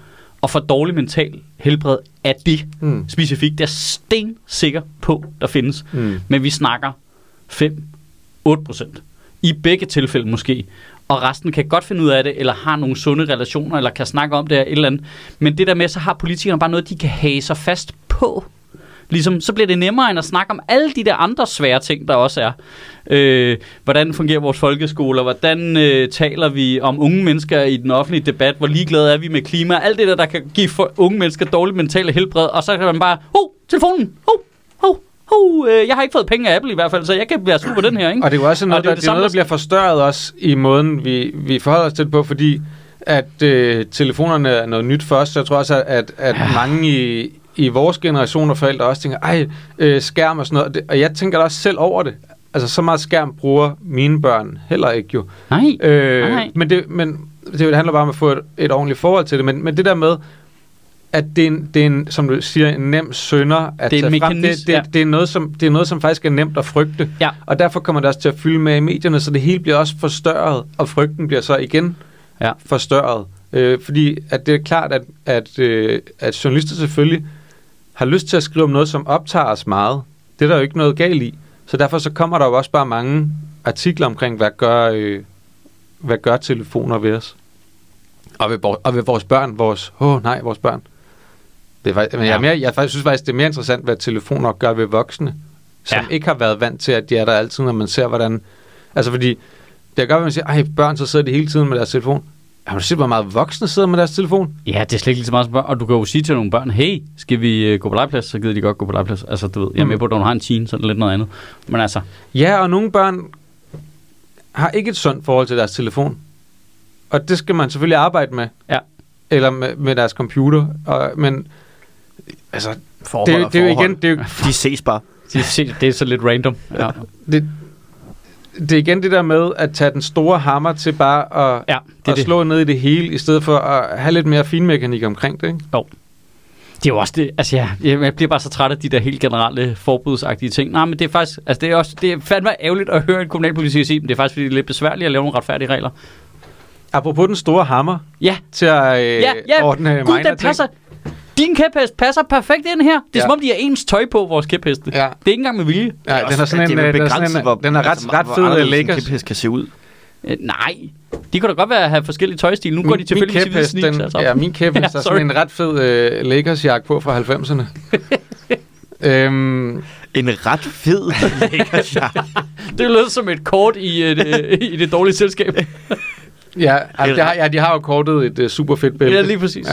og får dårlig mental helbred af det
Mm.
mm. specifikt. Det er jeg stensikker på, der findes.
Mm.
Men vi snakker 5-8 procent. I begge tilfælde måske. Og resten kan godt finde ud af det, eller har nogle sunde relationer, eller kan snakke om det eller et eller andet. Men det der med, så har politikerne bare noget, de kan hage sig fast på. Ligesom, så bliver det nemmere end at snakke om alle de der andre svære ting, der også er. Øh, hvordan fungerer vores folkeskoler? Hvordan øh, taler vi om unge mennesker i den offentlige debat? Hvor ligeglade er vi med klima? Alt det der, der kan give for unge mennesker dårligt mentale helbred. Og så kan man bare, hov, telefonen, hov, hov, hov, øh, jeg har ikke fået penge af Apple i hvert fald, så jeg kan være sur på den her, ikke?
Og det er jo også noget,
Og det er
der,
jo
det
det
er noget, der
samme,
bliver forstørret også i måden, vi, vi forholder os til det på, fordi at øh, telefonerne er noget nyt for os, så jeg tror også, at, at ja. mange i, i vores generation og forældre også tænker, ej, øh, skærm og sådan noget, Og det, og jeg tænker da også selv over det. Altså, så meget skærm bruger mine børn heller ikke jo.
Nej,
Øh,
Nej.
men, det, men det handler bare om at få et, et ordentligt forhold til det, men, men det der med, at det er, en, det er en, som du siger, en nem sønder at
Det er en
tage frem. Det,
mekanisme,
det, ja.
ja.
det, er noget, som, det er noget, som faktisk er nemt at frygte.
Ja.
Og derfor kommer det også til at fylde med i medierne, så det hele bliver også forstørret, og frygten bliver så igen
Ja.
forstørret. Øh, fordi at det er klart, at, at, øh, at journalister selvfølgelig har lyst til at skrive om noget, som optager os meget. Det er der jo ikke noget galt i. Så derfor så kommer der jo også bare mange artikler omkring, hvad gør, øh, hvad gør telefoner ved os? Og ved, vor- og ved vores børn, vores, åh oh, nej, vores børn. Det er, faktisk- men jeg, er
Ja.
mere, jeg faktisk, synes faktisk, det er mere interessant, hvad telefoner gør ved voksne, som ja.
Ja.
ikke har været vant til, at de er der altid, når man ser, hvordan... Altså fordi, det gør, at man siger, ej, børn, så sidder de hele tiden med deres telefon. Har du set, hvor meget voksne sidder med deres telefon?
Ja, det er slet ikke lige så meget som børn. Og du kan jo sige til nogle børn, hey, skal vi øh, gå på legeplads? Så gider de godt gå på legeplads. Altså, du ved, jeg er med på, at når du har en teen, så er det lidt noget andet. Men altså,
Ja, og nogle børn har ikke et sundt forhold til deres telefon. Og det skal man selvfølgelig arbejde med.
Ja.
Eller med, med deres computer. Og, men altså, det, er jo- det er jo igen, det er, jo,
De ses bare.
det, se- det er så lidt random. Ja.
det, det er igen det der med at tage den store hammer til bare at,
Ja, det er
at
det.
slå ned i det hele, i stedet for at have lidt mere finmekanik omkring det. Ikke?
Det er jo også det, altså ja, jeg jeg bliver bare så træt af de der helt generelle forbudsagtige ting. Nej, men det er faktisk, altså det er også, det er fandme ærgerligt at høre en kommunalpolitiker sige, men det er faktisk fordi det er lidt besværligt at lave nogle retfærdige regler.
Apropos den store hammer
Ja,
til at øh, ja,
ja, ja,
ordne
gud,
minor
den passer, din kæphest passer perfekt ind her. Det er
Ja.
ja. som om, de har ens tøj på, vores kæpheste.
Ja.
Det er ikke engang med vilje.
Ja, den er sådan en,
det Altså, er
øh, den er,
begrænset,
sådan en,
hvor,
den er ret,
altså,
ret
hvor
fed øh,
anderledes en
lækker.
kæphest kan se ud.
Øh, nej, de kunne da godt være at have forskellige tøjstil. Nu går de tilfældigvis i hvide
kæphest,
sneaks.
den,
altså.
Ja, min kæphest
Ja,
ja,
sorry.
er sådan en ret fed øh, Lakers-jakke på fra 90'erne. øhm,
En ret fed lækkerjakke.
Det lød som et kort i, et, øh, i det dårlige selskab.
ja, altså, de har, ja, de har jo kortet et øh, super fedt billede.
Ja, lige præcis.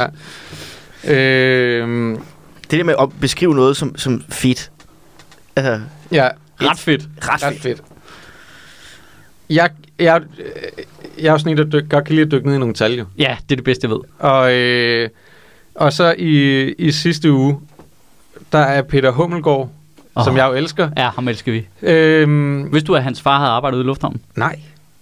Ja. Øhm,
det der med at beskrive noget som, som fedt. Altså,
ja,
Ret fedt.
ret,
ret fedt. Jeg, jeg, øh, jeg er jo sådan en, der dyk, godt kan lide at dykke ned i nogle tal, jo.
Ja, det er det bedste, jeg ved.
Og, øh, og så i, i sidste uge, der er Peter Hummelgaard, oh.
Åh.
som jeg jo elsker.
Ja, ham elsker vi.
Øhm,
Hvis du at hans far havde arbejdet ude i lufthavnen,
nej,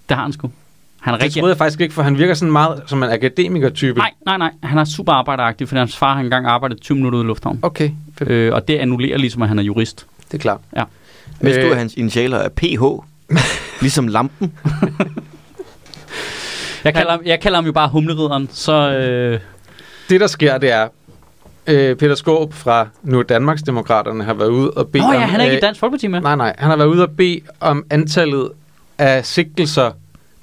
det har han sgu. Han er
Det
rigtig...
troede jeg faktisk ikke, for han virker sådan meget som en akademiker-type.
Nej, nej, nej. Han er super arbejderagtig, fordi hans far har engang arbejdet 20 minutter ude i lufthavnen.
Okay, fedt.
Øh, og det annullerer ligesom, at han er jurist.
det er klart.
Hvis du
Øh.
er hans initialer er PH, ligesom lampen.
Jeg kalder, ham, jeg kalder ham jo bare humlerideren, så... Øh,
Det, der sker, det er, øh, Peter Skåb fra nu Danmarks Demokraterne har været ude og bede
Nå
om...
ja, han er ikke i
øh,
Dansk Folkeparti med.
Nej, nej. Han har været ude og bede om antallet af sigtelser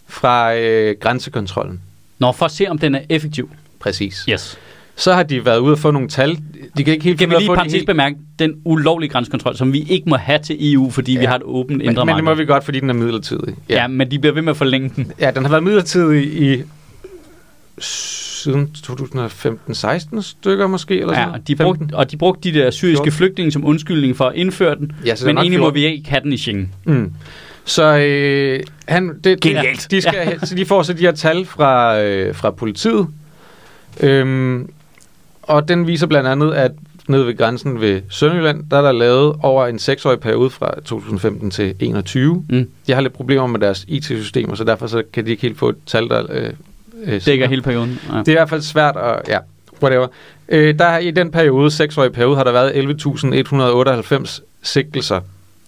fra øh, grænsekontrollen.
Nå, for at se, om den er effektiv.
Præcis.
Yes.
Så har de været ude og få nogle tal. De kan ikke helt
Kan vi
finde ud af at
lige
få de
parentes
helt-
bemærke den ulovlige grænsekontrol, som vi ikke må have til EU, fordi ja. vi
Ja.
har et åbent
men,
indre
men det må
marked?
vi godt, fordi den er midlertidig.
ja. ja, men de bliver ved med at forlænge den.
Ja, den har været midlertidig i siden 2015-16 stykker måske, eller sådan
Ja,
noget.
de brugte, og de brugte de der syriske
14.
flygtninge som undskyldning for at indføre den,
Ja, så det er
men
nok
egentlig må
14.
vi ikke have den i Schengen.
Mm. Så øh, han, det,
Genialt.
De, skal, ja. så de får så de her tal fra, øh, fra politiet. Øhm, og den viser blandt andet, at nede ved grænsen ved Sønderjylland, der er der lavet over en seksårig periode fra 2015 til 2021.
Mm.
De har lidt problemer med deres IT-systemer, så derfor så kan de ikke helt få et tal, der øh, øh,
Dækker
stemmer.
hele perioden. Ja.
Det er i hvert fald svært at... Ja, whatever. Øh, der har, I den periode, seksårige periode, har der været 11.198 sigtelser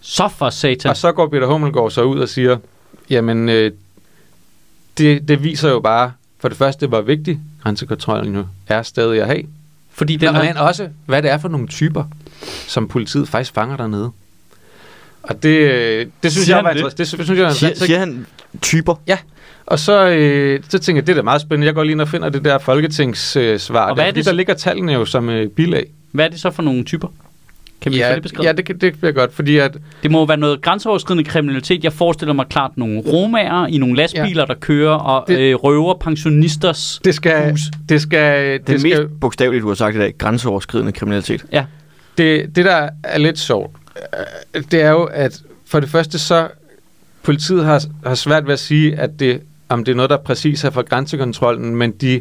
Så for satan.
Og så går Peter Hummelgaard så ud og siger, jamen, øh, det, det viser jo bare, for det første, hvor vigtig grænsekontrollen jo er stadig at have.
Fordi
Den
den
og
har,
men også, hvad det er for nogle typer, som politiet faktisk fanger dernede. Og det, øh, det synes
Siger
jeg var
han det?
interessant. Det synes jeg var
Siger,
interessant. Altså, Så-
siger han typer?
Og så, øh, så tænker jeg, det er da meget spændende. Jeg går lige ind og finder det der folketingssvar. Øh, svar
Og
der,
hvad er
fordi
det
der
så-
ligger tallene jo som øh, bilag.
hvad er det så for nogle typer? Kan vi få
ja,
det beskrevet?
ja, det, kan- det bliver godt, fordi at,
Det må jo være noget grænseoverskridende kriminalitet. Jeg forestiller mig klart nogle romager i nogle lastbiler, ja. der kører og
Det-
det... øh, røver pensionisters.
det skal,
Hus.
det skal, det,
Den
det, skal,
mest bogstaveligt, du har sagt i dag, grænseoverskridende kriminalitet.
Ja.
det, det der er lidt sjovt, øh, det er jo, at for det første så, politiet har, har svært ved at sige, at det, om det er noget, der præcis er fra grænsekontrollen, men de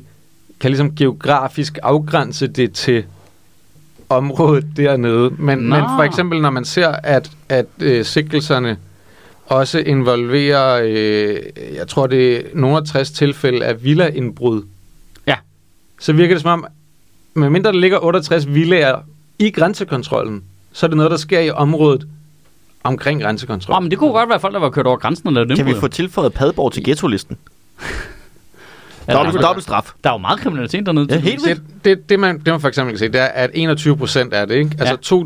kan ligesom geografisk afgrænse det til området dernede. Men,
Nå.
men for eksempel, når man ser, at, at øh, sigtelserne også involverer, øh, jeg tror, det er nogle af 60 tilfælde af villaindbrud.
Ja.
Så virker det som om, medmindre der ligger 68 villaer i grænsekontrollen, så er det noget, der sker i området omkring grænsekontrollen.
Åh, men det kunne godt være folk, der var kørt over grænsen og lavet dem.
Kan vi få tilføjet Padborg til ghettolisten?
ja,
Dobbelt,
altså-
der, er-
dobbelt straf.
altså, der er jo meget kriminalitet dernede.
Ja, helt
det,
vildt.
det, det, man, det man for eksempel kan se, det er, at 21 procent af det, ikke?
Ja.
altså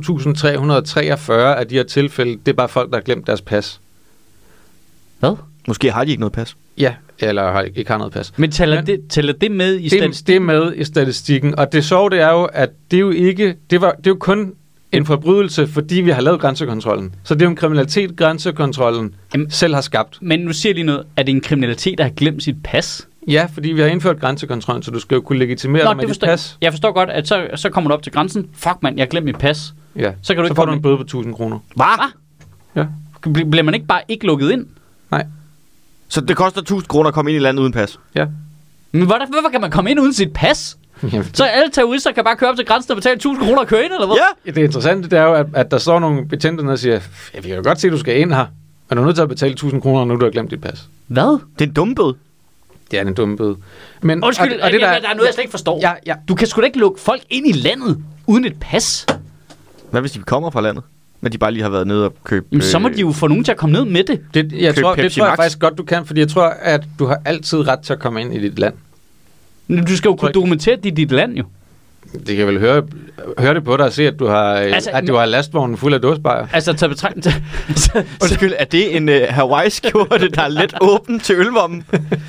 2.343 af de her tilfælde, det er bare folk, der har glemt deres pas.
Hvad?
Måske har de ikke noget pas.
Ja, eller har, ikke har noget pas.
Men tæller,
Men-
det, tæller det med i
Det, er-
stedet?
det er med i statistikken, og det sjove det er jo, at det er jo ikke, det, var, det er jo kun en forbrydelse, fordi vi har lavet grænsekontrollen. Så det er jo en kriminalitet, grænsekontrollen
Jamen-
Jamen. selv har skabt.
Men nu siger jeg lige noget. Er det en kriminalitet, der har glemt sit pas?
Ja, fordi vi har indført grænsekontrollen, så du skal jo kunne legitimere dig med dit
forstår,
pas.
jeg forstår godt, at så, så kommer du op til grænsen. Fuck mand, jeg har glemt mit pas.
Ja.
Så kan du
så
ikke
får du
komme
en
ind.
bøde på 1000 kroner.
Hvad?
Ja.
Bl- Bliver man ikke bare ikke lukket ind?
Nej.
Så det koster 1000 kroner at komme ind i landet uden pas.
Ja.
Men hvordan, hvorfor kan man komme ind uden sit pas?
Jamen,
Så alle terrorister kan bare køre op til grænsen og betale 1000 kroner og køre ind, eller hvad?
Ja!
Ja, Det interessante det er jo, at, at der står nogle betjente nede og siger, ja, vi kan jo godt se, at du skal ind her, men du er nødt til at betale 1000 kroner, når du har glemt dit pas.
Hvad?
Det er en dumme bød.
Det er en dum bøde. Men,
Undskyld, og, og det, der, der er noget, jeg slet ikke forstår.
Ja, ja.
Du kan sgu da ikke lukke folk ind i landet uden et pas.
Hvad hvis de kommer fra landet? Men de bare lige har været nede og købe...
Jamen, så må
øh,
de jo få nogen til at komme ned med det.
Det, jeg
Køb
tror, det
Pepsi
tror jeg
Max.
faktisk godt, du kan, fordi jeg tror, at du har altid ret til at komme ind i dit land.
Men Du skal jo kunne
ikke.
dokumentere det i dit land, jo.
Det kan vel høre, høre det på dig og se, at du har,
Altså,
altså, at du har lastvognen fuld af dåsbejer.
Altså, tage betragtning til...
Undskyld, er det en uh, Hawaii-skjorte, der er let åben til ølvommen?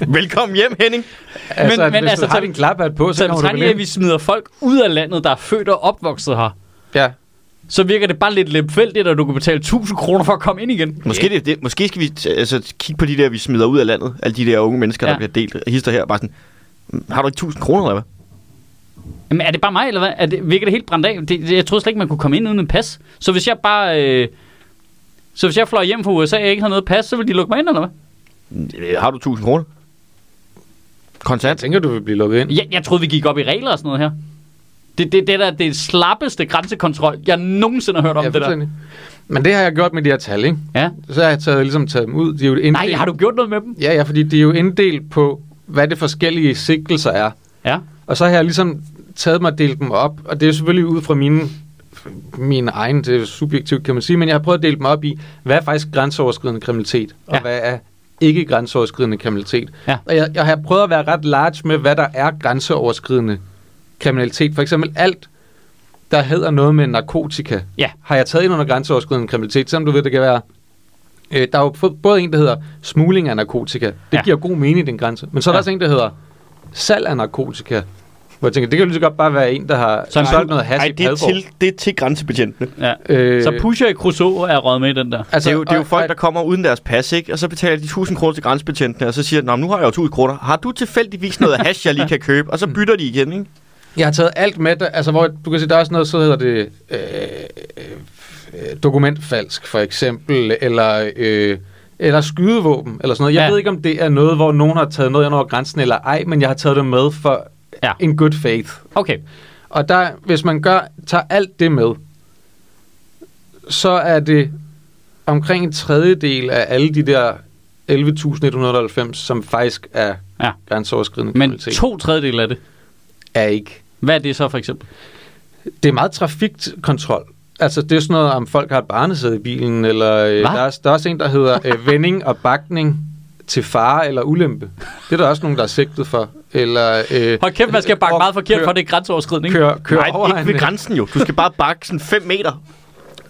Velkommen hjem, Henning.
Altså, men,
men
men,
altså,
hvis altså, du har
tag-
din klaphat på, så
Så
kommer du vel
betragtning af, at vi
ind.
smider folk ud af landet, der er født og opvokset her.
Ja.
Så virker det bare lidt lemfældigt, at du kan betale 1000 kroner for at komme ind igen.
Måske, yeah. det, det, måske skal vi t- altså, kigge på de der, vi smider ud af landet. Alle de der unge mennesker, ja.
Ja.
der bliver delt hister her. Bare sådan, "Mm, har du ikke 1000 kroner, eller hvad?
Jamen, er det bare mig, eller hvad? Er det, virker det helt brændt af? Det, det, jeg troede slet ikke, man kunne komme ind uden en pas. Så hvis jeg bare... Øh, så hvis jeg fløj hjem fra USA og jeg ikke havde noget pas, så ville de lukke mig ind, eller hvad?
"Øh, Har du 1000 kroner?
Jeg
Kontant.
tænker, du vil blive lukket ind.
Jeg, jeg troede, vi gik op i regler og sådan noget her. Det, det, det der det slappeste grænsekontrol, jeg nogensinde har hørt om
Ja,
det der.
fuldstændig. Men det har jeg gjort med de her tal, ikke?
Ja.
Så har jeg taget, ligesom taget dem ud. De er jo
Nej,
inddelt-
har du gjort noget med dem?
Ja, ja, fordi det er jo inddelt på, hvad det forskellige sigtelser er.
Ja.
Og så har jeg ligesom taget mig og delt dem op, og det er jo selvfølgelig ud fra mine, min egen, det er jo subjektivt kan man sige, men jeg har prøvet at dele dem op i, hvad er faktisk grænseoverskridende kriminalitet, og
Ja.
ja. hvad er ikke grænseoverskridende kriminalitet.
Ja.
Og jeg, jeg har prøvet at være ret large med, hvad der er grænseoverskridende kriminalitet. For eksempel alt, der hedder noget med narkotika,
Ja.
har jeg taget ind under grænseoverskridende kriminalitet, selvom du ved, det kan være... Øh, der er jo f- både en, der hedder smugling af narkotika. Det
Ja.
ja. giver god mening, den grænse. Men så er
Ja.
der ja. også en, der hedder salg af narkotika. Hvor jeg tænker, det kan jo lige så godt bare være en, der har
Så en
solgt
pu-
noget hash i
det er,
Padborg.
til, det er til grænsebetjentene.
ja.
Øh,
Så Pusher i Crusoe er røget med i den der.
Altså, det, er jo, det er jo
og-
folk,
og-
der kommer uden deres pas, ikke? Og så betaler de 1000 kroner til grænsebetjentene, og så siger de, "Nå, men nu har jeg jo 1000 kroner. Har du tilfældigvis noget hash, jeg lige kan købe?
Mm.
Og så bytter de igen, ikke?
Jeg har taget alt med, der, altså hvor du kan se, der er også noget, så hedder det øh, øh, dokumentfalsk for eksempel, eller, øh, eller skydevåben, eller sådan noget. Jeg
Ja.
ja. ved ikke, om det er noget, hvor nogen har taget noget ind over grænsen eller ej, men jeg har taget det med for
Ja.
ja. en good faith.
Okay.
Og der, hvis man gør, tager alt det med, så er det omkring en tredjedel af alle de der 11.198, som faktisk er
Ja.
grænseoverskridende
Men
kriminalitet,
to tredjedel af det.
er ikke
Hvad er det så for eksempel?
Det er meget trafikkontrol. altså, det er sådan noget, om folk har et barnesæde i bilen, eller øh, der, er, der er også en, der hedder øh, vending og bakning til fare eller ulempe. Det er der også nogen, der er sigtet for. Eller, øh,
Hold kæft, man skal bakke
øh,
meget forkert,
kør-
for det er grænseoverskridning.
Kør, kør,
Nej,
over
ikke ved
en,
grænsen jo. Du skal bare bakke sådan 5 meter.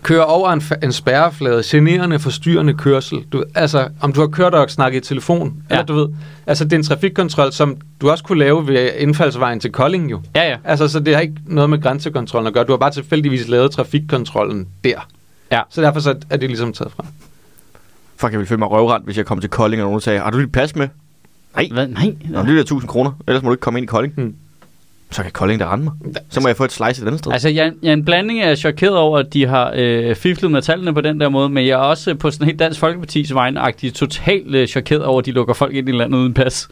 kør over en, fa- en spærreflade, generende, forstyrrende kørsel. Du, altså, om du har kørt og snakket i telefon,
Ja.
ja. eller du ved. Altså, det er en trafikkontrol, som du også kunne lave ved indfaldsvejen til Kolding jo.
Ja, ja.
Altså, så det har ikke noget med grænsekontrollen at gøre. Du har bare tilfældigvis lavet trafikkontrollen der.
Ja.
Så derfor så er det ligesom taget fra.
Fuck, jeg ville føle mig røvrendt, hvis jeg kom til Kolding, og nogen sagde, har du lige pas med?
Hvad? Nej.
Nå, det er 1000 kroner, ellers må du ikke komme ind i Kolding.
Hmm.
Så kan Kolding da rende mig. Så må jeg få et slice et andet sted.
Altså, jeg, jeg er en blanding af chokeret over, at de har øh, fiflet med tallene på den der måde, men jeg er også øh, på sådan helt Dansk Folkeparti's vegne totalt øh, chokeret over, at de lukker folk ind i landet uden pas.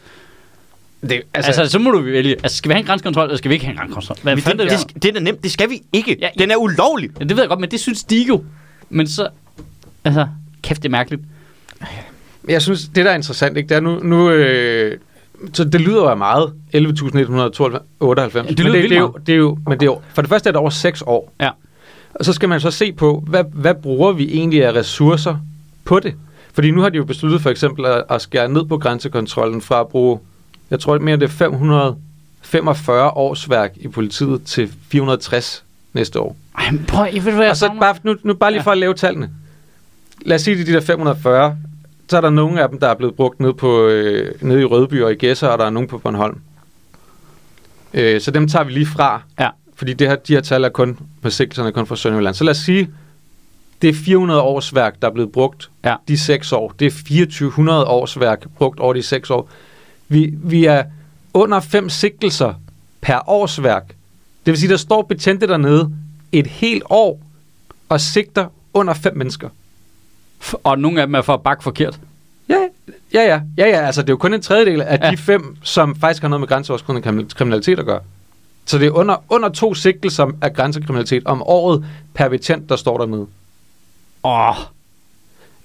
Det,
Altså, altså, så må du vælge. Altså, skal vi have en grænsekontrol, eller skal vi ikke have en grænsekontrol? Hvad
Men
fanden
det,
er
det,
det?
sk- det er da nemt. Det skal vi ikke.
Ja,
Den er ulovlig.
Ja, det ved jeg godt, men det synes de jo. Men så... Altså, kæft, det er mærkeligt.
Jeg synes, det der er interessant, ikke, det er nu... nu øh, så det lyder jo af meget, 11.198. Ja, det
vildt
men det, det, er jo,
meget.
det er jo, men det er jo, for det første er det over 6 år.
Ja.
Og så skal man så se på, hvad, hvad bruger vi egentlig af ressourcer på det? Fordi nu har de jo besluttet for eksempel at, at skære ned på grænsekontrollen fra at bruge, jeg tror mere det er 545 årsværk i politiet til 460 næste år.
Ej, men prøv, jeg ved, hvad jeg
Og så
savner.
bare, nu, nu bare lige for at lave tallene. Lad os sige, de der 540, så er der nogle af dem, der er blevet brugt ned, på, øh, nede i Rødby og i Gæsser, og der er nogen på Bornholm. Øh, så dem tager vi lige fra,
Ja.
fordi det her, de her tal er kun på sigtelserne er kun fra Sønderjylland. Så lad os sige, det er 400 årsværk, der er blevet brugt
Ja.
de 6 år. Det er 2400 årsværk brugt over de 6 år. Vi, vi er under fem sigtelser per årsværk. Det vil sige, der står betjente dernede et helt år og sigter under fem mennesker.
F- Og nogle af dem er for at bakke forkert.
Ja, ja, ja. ja, ja altså, det er jo kun en tredjedel af
Ja.
ja. de fem, som faktisk har noget med grænseoverskridende krim- kriminalitet at gøre. Så det er under, under to sigtelser af grænsekriminalitet om året per betjent, der står dernede.
Åh,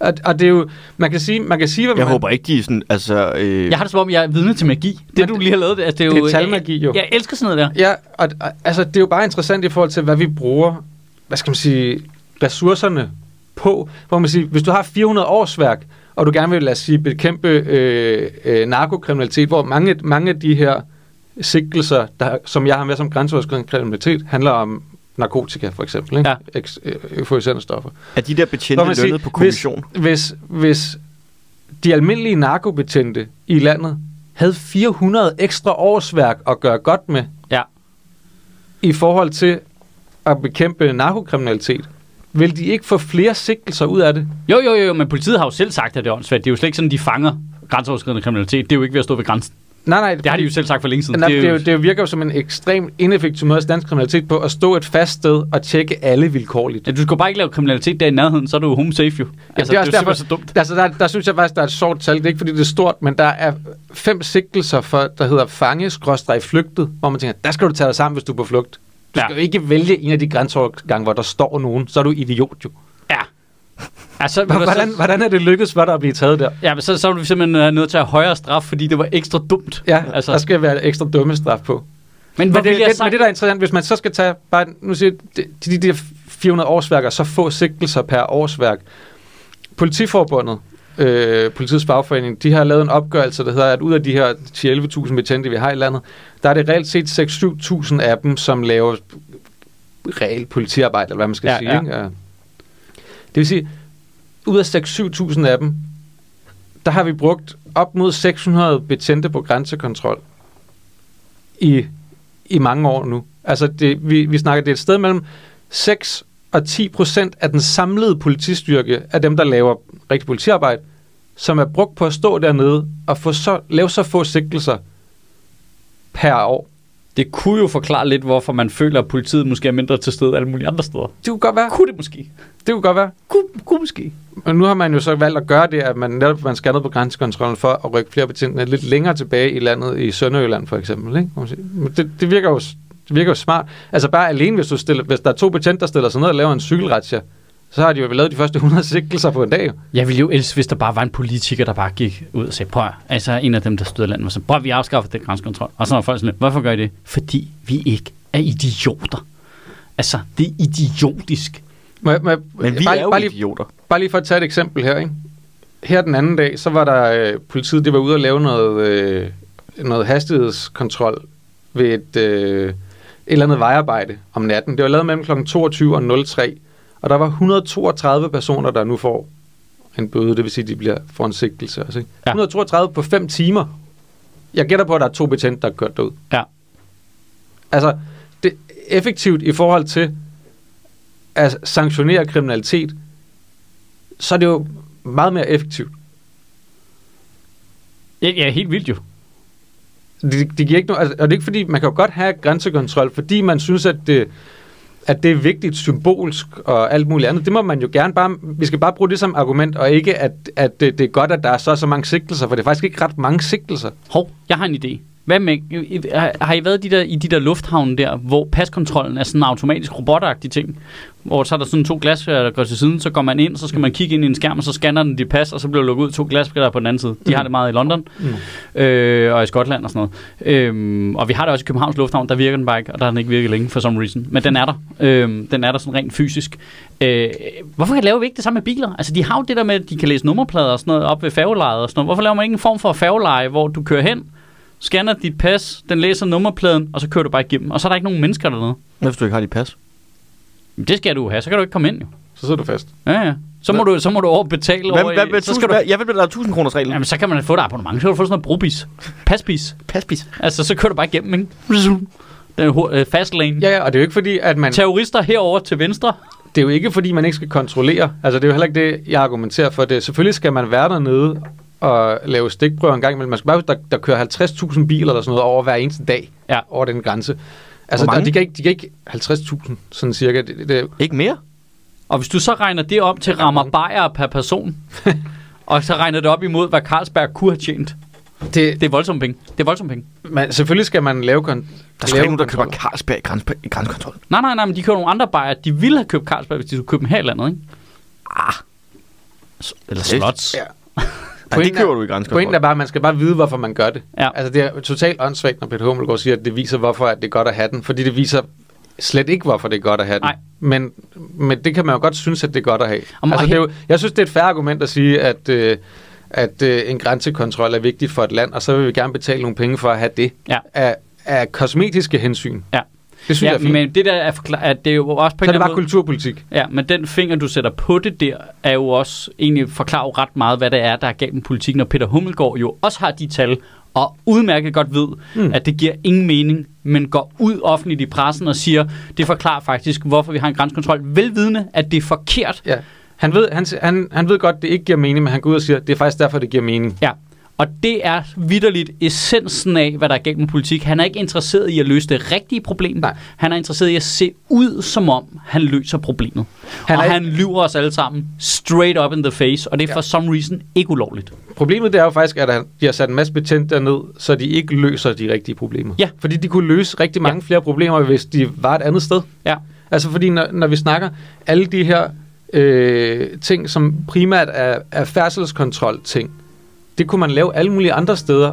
Og, og det er jo, man kan sige, man kan sige hvad
Jeg
man,
håber ikke, de er sådan, altså... Øh,
jeg har det som om, jeg er vidne til magi. Det,
Men
du
det-
lige har lavet, det, altså, det er
det er
jo...
talmagi, jo.
Jeg, jeg elsker sådan noget der.
Ja, og, og altså, det er jo bare interessant i forhold til, hvad vi bruger, hvad skal man sige, ressourcerne på. Hvor man siger, hvis du har 400 årsværk, og du gerne vil, lad os sige, bekæmpe øh, øh, narkokriminalitet, hvor mange, mange af de her sigtelser, der, som jeg har med som grænseoverskridende kriminalitet, handler om narkotika, for eksempel, ikke?
Ja.
Eks- øh, euforiserende stoffer.
er de der
Hvor
betjente
man
lønnet
siger,
på kommission?
Hvis, hvis, hvis de almindelige narkobetjente i landet havde 400 ekstra årsværk at gøre godt med,
Ja.
i forhold til at bekæmpe narkokriminalitet, vil de ikke få flere sigtelser ud af det?
Jo, jo, jo, jo, men politiet har jo selv sagt, at det er åndssvagt. Det er jo slet ikke sådan, de fanger grænseoverskridende kriminalitet. Det er jo ikke ved at stå ved grænsen.
Nej, nej.
Det har de jo selv sagt for længe siden.
Nej, det, er jo, det virker jo som en ekstremt ineffektiv måde at standse kriminalitet på, at stå et fast sted og tjekke alle vilkårligt.
Ja, du skal bare ikke lave kriminalitet der i nærheden, så er du jo home safe jo. Altså,
det
jo
er også derfor-
simpelthen så dumt.
Altså, der, der synes jeg faktisk, der er et sjovt tal. Det er ikke, fordi det er stort, men der er fem sigtelser, for, der hedder fange skråstreg flygtet, hvor man tænker, der skal du tage dig sammen, hvis du er på flugt. Du
Ja.
skal jo ikke vælge en af de grænseovergange, hvor der står nogen. Så er du idiot jo.
Ja. Altså,
Hvordan,
hvordan?
hvordan er det lykkedes for dig at blive taget der?
Ja, men så, så er vi simpelthen øh, nødt til at have højere straf, fordi det var ekstra dumt.
Ja,
Altså-
altså. der skal være ekstra dumme straf på.
Men,
Men
hvor
det,
ville jeg
det,
sagt-
men det, der er interessant, hvis man så skal tage bare, nu siger jeg, de, de, de der 400 årsværker, så få sigtelser per årsværk. Politiforbundet, øh, politiets fagforening, de har lavet en opgørelse, der hedder, at ud af de her 10-11.000 betjente, vi har i landet, der er det reelt set 6-7.000 af dem, som laver reelt politiarbejde, eller hvad man skal
Ja,
sige.
ja.
Ikke? Ja. Det vil sige, ud af 6-7.000 af dem, der har vi brugt op mod 600 betjente på grænsekontrol i, i mange år nu. Altså, det, vi, vi snakker, det er et sted mellem 6 og 10 procent af den samlede politistyrke af dem, der laver rigtig politiarbejde, som er brugt på at stå dernede og få så, lave så få sigtelser per år.
Det kunne jo forklare lidt, hvorfor man føler, at politiet måske er mindre til stede alle mulige andre steder.
Det kunne godt være.
Kunne det måske?
Det kunne godt være.
Kunne, kunne måske?
Og nu har man jo så valgt at gøre det, at man netop man skal ned på grænsekontrollen for at rykke flere betjentene lidt længere tilbage i landet, i Sønderjylland for eksempel. Ikke? Hvor man siger, men Det, det, virker jo, s- det virker jo smart. Altså bare alene, hvis, du stiller, hvis der er to betjente, der stiller sig ned og laver en cykelrazzia, så har de jo lavet de første 100 sigtelser på en dag. jo.
Jeg ville jo elske, hvis der bare var en politiker, der bare gik ud og sagde, prøv at høre." altså en af dem, der stod i landet, og så prøv at, vi afskaffer den grænsekontrol. Og så var folk sådan lidt, hvorfor gør I det? Fordi vi ikke er idioter. Altså, det er idiotisk.
Må, jeg- må, jeg-
Men vi
bare,
er jo
bare, lige,
idioter.
bare lige for at tage et eksempel her, ikke? Her den anden dag, så var der øh, politiet, det var ude at lave noget, øh, noget hastighedskontrol ved et, øh, et eller andet vejarbejde om natten. Det var lavet mellem kl. 22 og 03, og der var 132 personer, der nu får en bøde, det vil sige, at de bliver for en sigtelse også, ikke?
Ja.
132 på 5 timer. Jeg gætter på, at der er to betjente, der har kørt derud.
Ja.
Altså, det er effektivt i forhold til at sanktionere kriminalitet, så er det jo meget mere effektivt.
Ja, ja, helt vildt jo.
Det, det giver ikke noget, altså, og det er ikke fordi, man kan jo godt have grænsekontrol, fordi man synes, at det, at det er vigtigt symbolsk og alt muligt andet. Det må man jo gerne bare, vi skal bare bruge det som argument, og ikke at, at det, det er godt, at der er så og så mange sigtelser, for det er faktisk ikke ret mange sigtelser.
Hov, jeg har en idé. Hvad med, I- I- har- har I været de der, i de der lufthavne der, hvor paskontrollen er sådan en automatisk robotagtig ting? Hvor så er der sådan to glasflader, der går til siden, så går man ind, så skal man kigge ind i en skærm, og så scanner den dit pas, og så bliver der lukket ud to glasflader på den anden side. De har det meget i London mm. øh, og i Skotland og sådan noget. Øhm, og vi har det også i Københavns Lufthavn, der virker den bare ikke, og der har den ikke virket længe for some reason. Men den er der. Øhm, den er der sådan rent fysisk. Øh, hvorfor laver vi ikke det samme med biler? Altså de har jo det der med, at de kan læse nummerplader og sådan noget op ved færgelejet og sådan noget. Hvorfor laver man ikke en form for færgeleje, hvor du kører hen, scanner dit pas, den læser nummerpladen, og så kører du bare igennem. Og så er der ikke nogen mennesker dernede.
Hvad hvis du ikke har dit pas?
Men det skal du jo have, så kan du ikke komme ind jo.
Så sidder du fast.
Ja, ja. Så må, du, så må du over betale
Hvad,
over i-
hvad, hvad,
så skal
tusind,
du,
hvad, jeg vil der er 1000 kroners reglen.
Mm. jamen, så kan man få et abonnement, så kan du få sådan noget brobis. Pasbis.
Pasbis.
Altså, så kører du bare igennem, ikke? Den er hur- øh, fast lane.
Ja, ja, og det er jo ikke fordi, at man...
Terrorister herover til venstre.
det er jo ikke, fordi man ikke skal kontrollere. Altså, det er jo heller ikke det, jeg argumenterer for. Det. Selvfølgelig skal man være dernede og lave stikprøver en gang imellem. Man skal bare huske, der, der kører 50.000 biler eller sådan noget over hver eneste dag
Ja.
over den grænse. Altså,
Hvor mange?
der, de kan ikke, de kan ikke 50.000, sådan cirka. Det, det, det,
Ikke mere?
Og hvis du så regner det om til rammer bajer per person, og så regner det op imod, hvad Carlsberg kunne have tjent.
det,
Det er voldsomme penge. Det er voldsomme penge.
man, selvfølgelig skal man lave... Kon-
Der skal
lave
ikke nogen, der køber
kontroller.
en Carlsberg i, græns, i grænsekontrol.
Nej, nej, nej, men de køber nogle andre bajer. De ville have købt Carlsberg, hvis de skulle købe dem her i landet, ikke? Ah. Eller
Seriøst?
slots.
Ja.
Nej, det
Pointen
køber
er-
du i grænsekontrol.
Pointen er bare, at man skal bare vide, hvorfor man gør det.
Ja.
Altså, det er totalt åndssvagt, når Peter Hummelgaard siger, at det viser, hvorfor at det er godt at have den. Fordi det viser slet ikke, hvorfor det er godt at have den.
Nej.
Men, men det kan man jo godt synes, at det er godt at have.
Om-
altså,
og
det er jo, jeg synes, det er et færre argument at sige, at, øh, at øh, en grænsekontrol er vigtig for et land, og så vil vi gerne betale nogle penge for at have det
Ja.
af, af kosmetiske hensyn.
Ja.
Det synes jeg
Ja,
er fint.
men det der er, forkla- at det er jo også på
så er
en
det
eller
bare
anden måde...
kulturpolitik.
Ja, men den finger, du sætter på det der, er jo også egentlig forklarer jo ret meget, hvad det er, der er galt med politikken. Og Peter Hummelgaard jo også har de tal, og udmærket godt ved, mm. at det giver ingen mening, men går ud offentligt i pressen og siger, det forklarer faktisk, hvorfor vi har en grænsekontrol. Velvidende, at det er forkert.
Ja. Han, ved, han, han, han ved godt, det ikke giver mening, men han går ud og siger, det er faktisk derfor, det giver mening.
Ja. Og det er vidderligt essensen af, hvad der er galt med politik. Han er ikke interesseret i at løse det rigtige problem.
Nej.
Han er interesseret i at se ud, som om han løser problemet. Han
Han
og
er ikke-
han lyver os alle sammen straight up in the face, og det er ja.
Ja.
for some reason ikke ulovligt.
Problemet det er jo faktisk, at han- de har sat en masse betjente derned, så de ikke løser de rigtige problemer.
Ja.
Fordi de kunne løse rigtig mange ja. flere problemer, hvis de var et andet sted.
Ja.
Altså fordi, når, når vi snakker alle de her øh, ting, som primært er, er færdselskontrol-ting, det kunne man lave alle mulige andre steder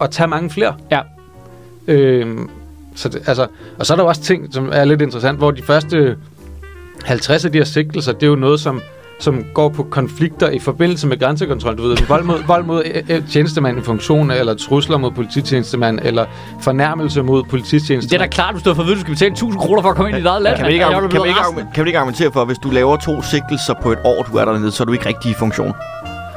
og tage mange flere.
Ja.
Øh, så det, altså, og så er der jo også ting, som er lidt interessant, hvor de første 50 af de her sigtelser, det er jo noget, som, som går på konflikter i forbindelse med grænsekontrol. Du ved, vold mod, vold mod øh, øh, tjenestemand i funktion, eller trusler mod polititjenestemand, eller fornærmelse mod
Det er da
polititjenestemand.
klart, hvis du har fået at vide, at du skal betale 1000 kroner for at komme ind i dit eget land.
Kan man, ikke,
Jeg
argu-
ville
kan,
blive
man ikke,
rasende.
argu- kan man ikke argumentere for, at hvis du laver to sigtelser på et år, du er dernede, så er du ikke rigtig i funktion?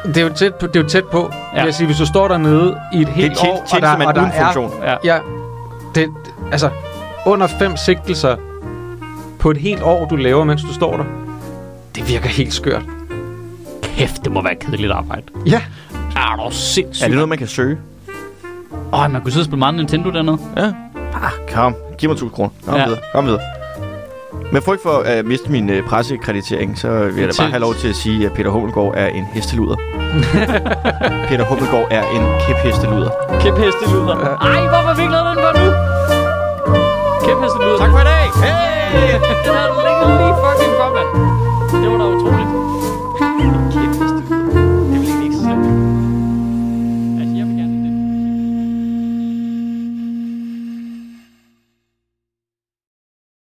Det er jo tæt på, det er jo tæt på
Ja.
ja. vil jeg sige, hvis du står dernede i et
Det er
helt år,
tjen- tjenestemand
og der
uden
er,
funktion.
Ja.
Ja, det, altså, under fem sigtelser på et helt år, du laver, mens du står der, det virker helt skørt.
Kæft, det må være kedeligt arbejde.
Ja,
Er du sindssygt?
Er det noget, man kan søge?
Åh, man kunne sidde og spille meget Nintendo dernede.
Ah, Kom, giv mig 1000 kroner. Kom
Ja.
ja. videre. Kom videre. Med frygt for at miste min øh, pressekreditering, så vil jeg da bare
Til-
have lov til at sige, at Peter Hummelgaard er en hesteluder. Peter Hummelgaard er en kæphesteluder.
Kæpheste lyder. Ej, hvorfor har vi ikke lavet den før nu? Kæpheste lyder. Tak for i dag. Hey! den havde ligget lige fucking for, mand. Det var da utroligt. Altså,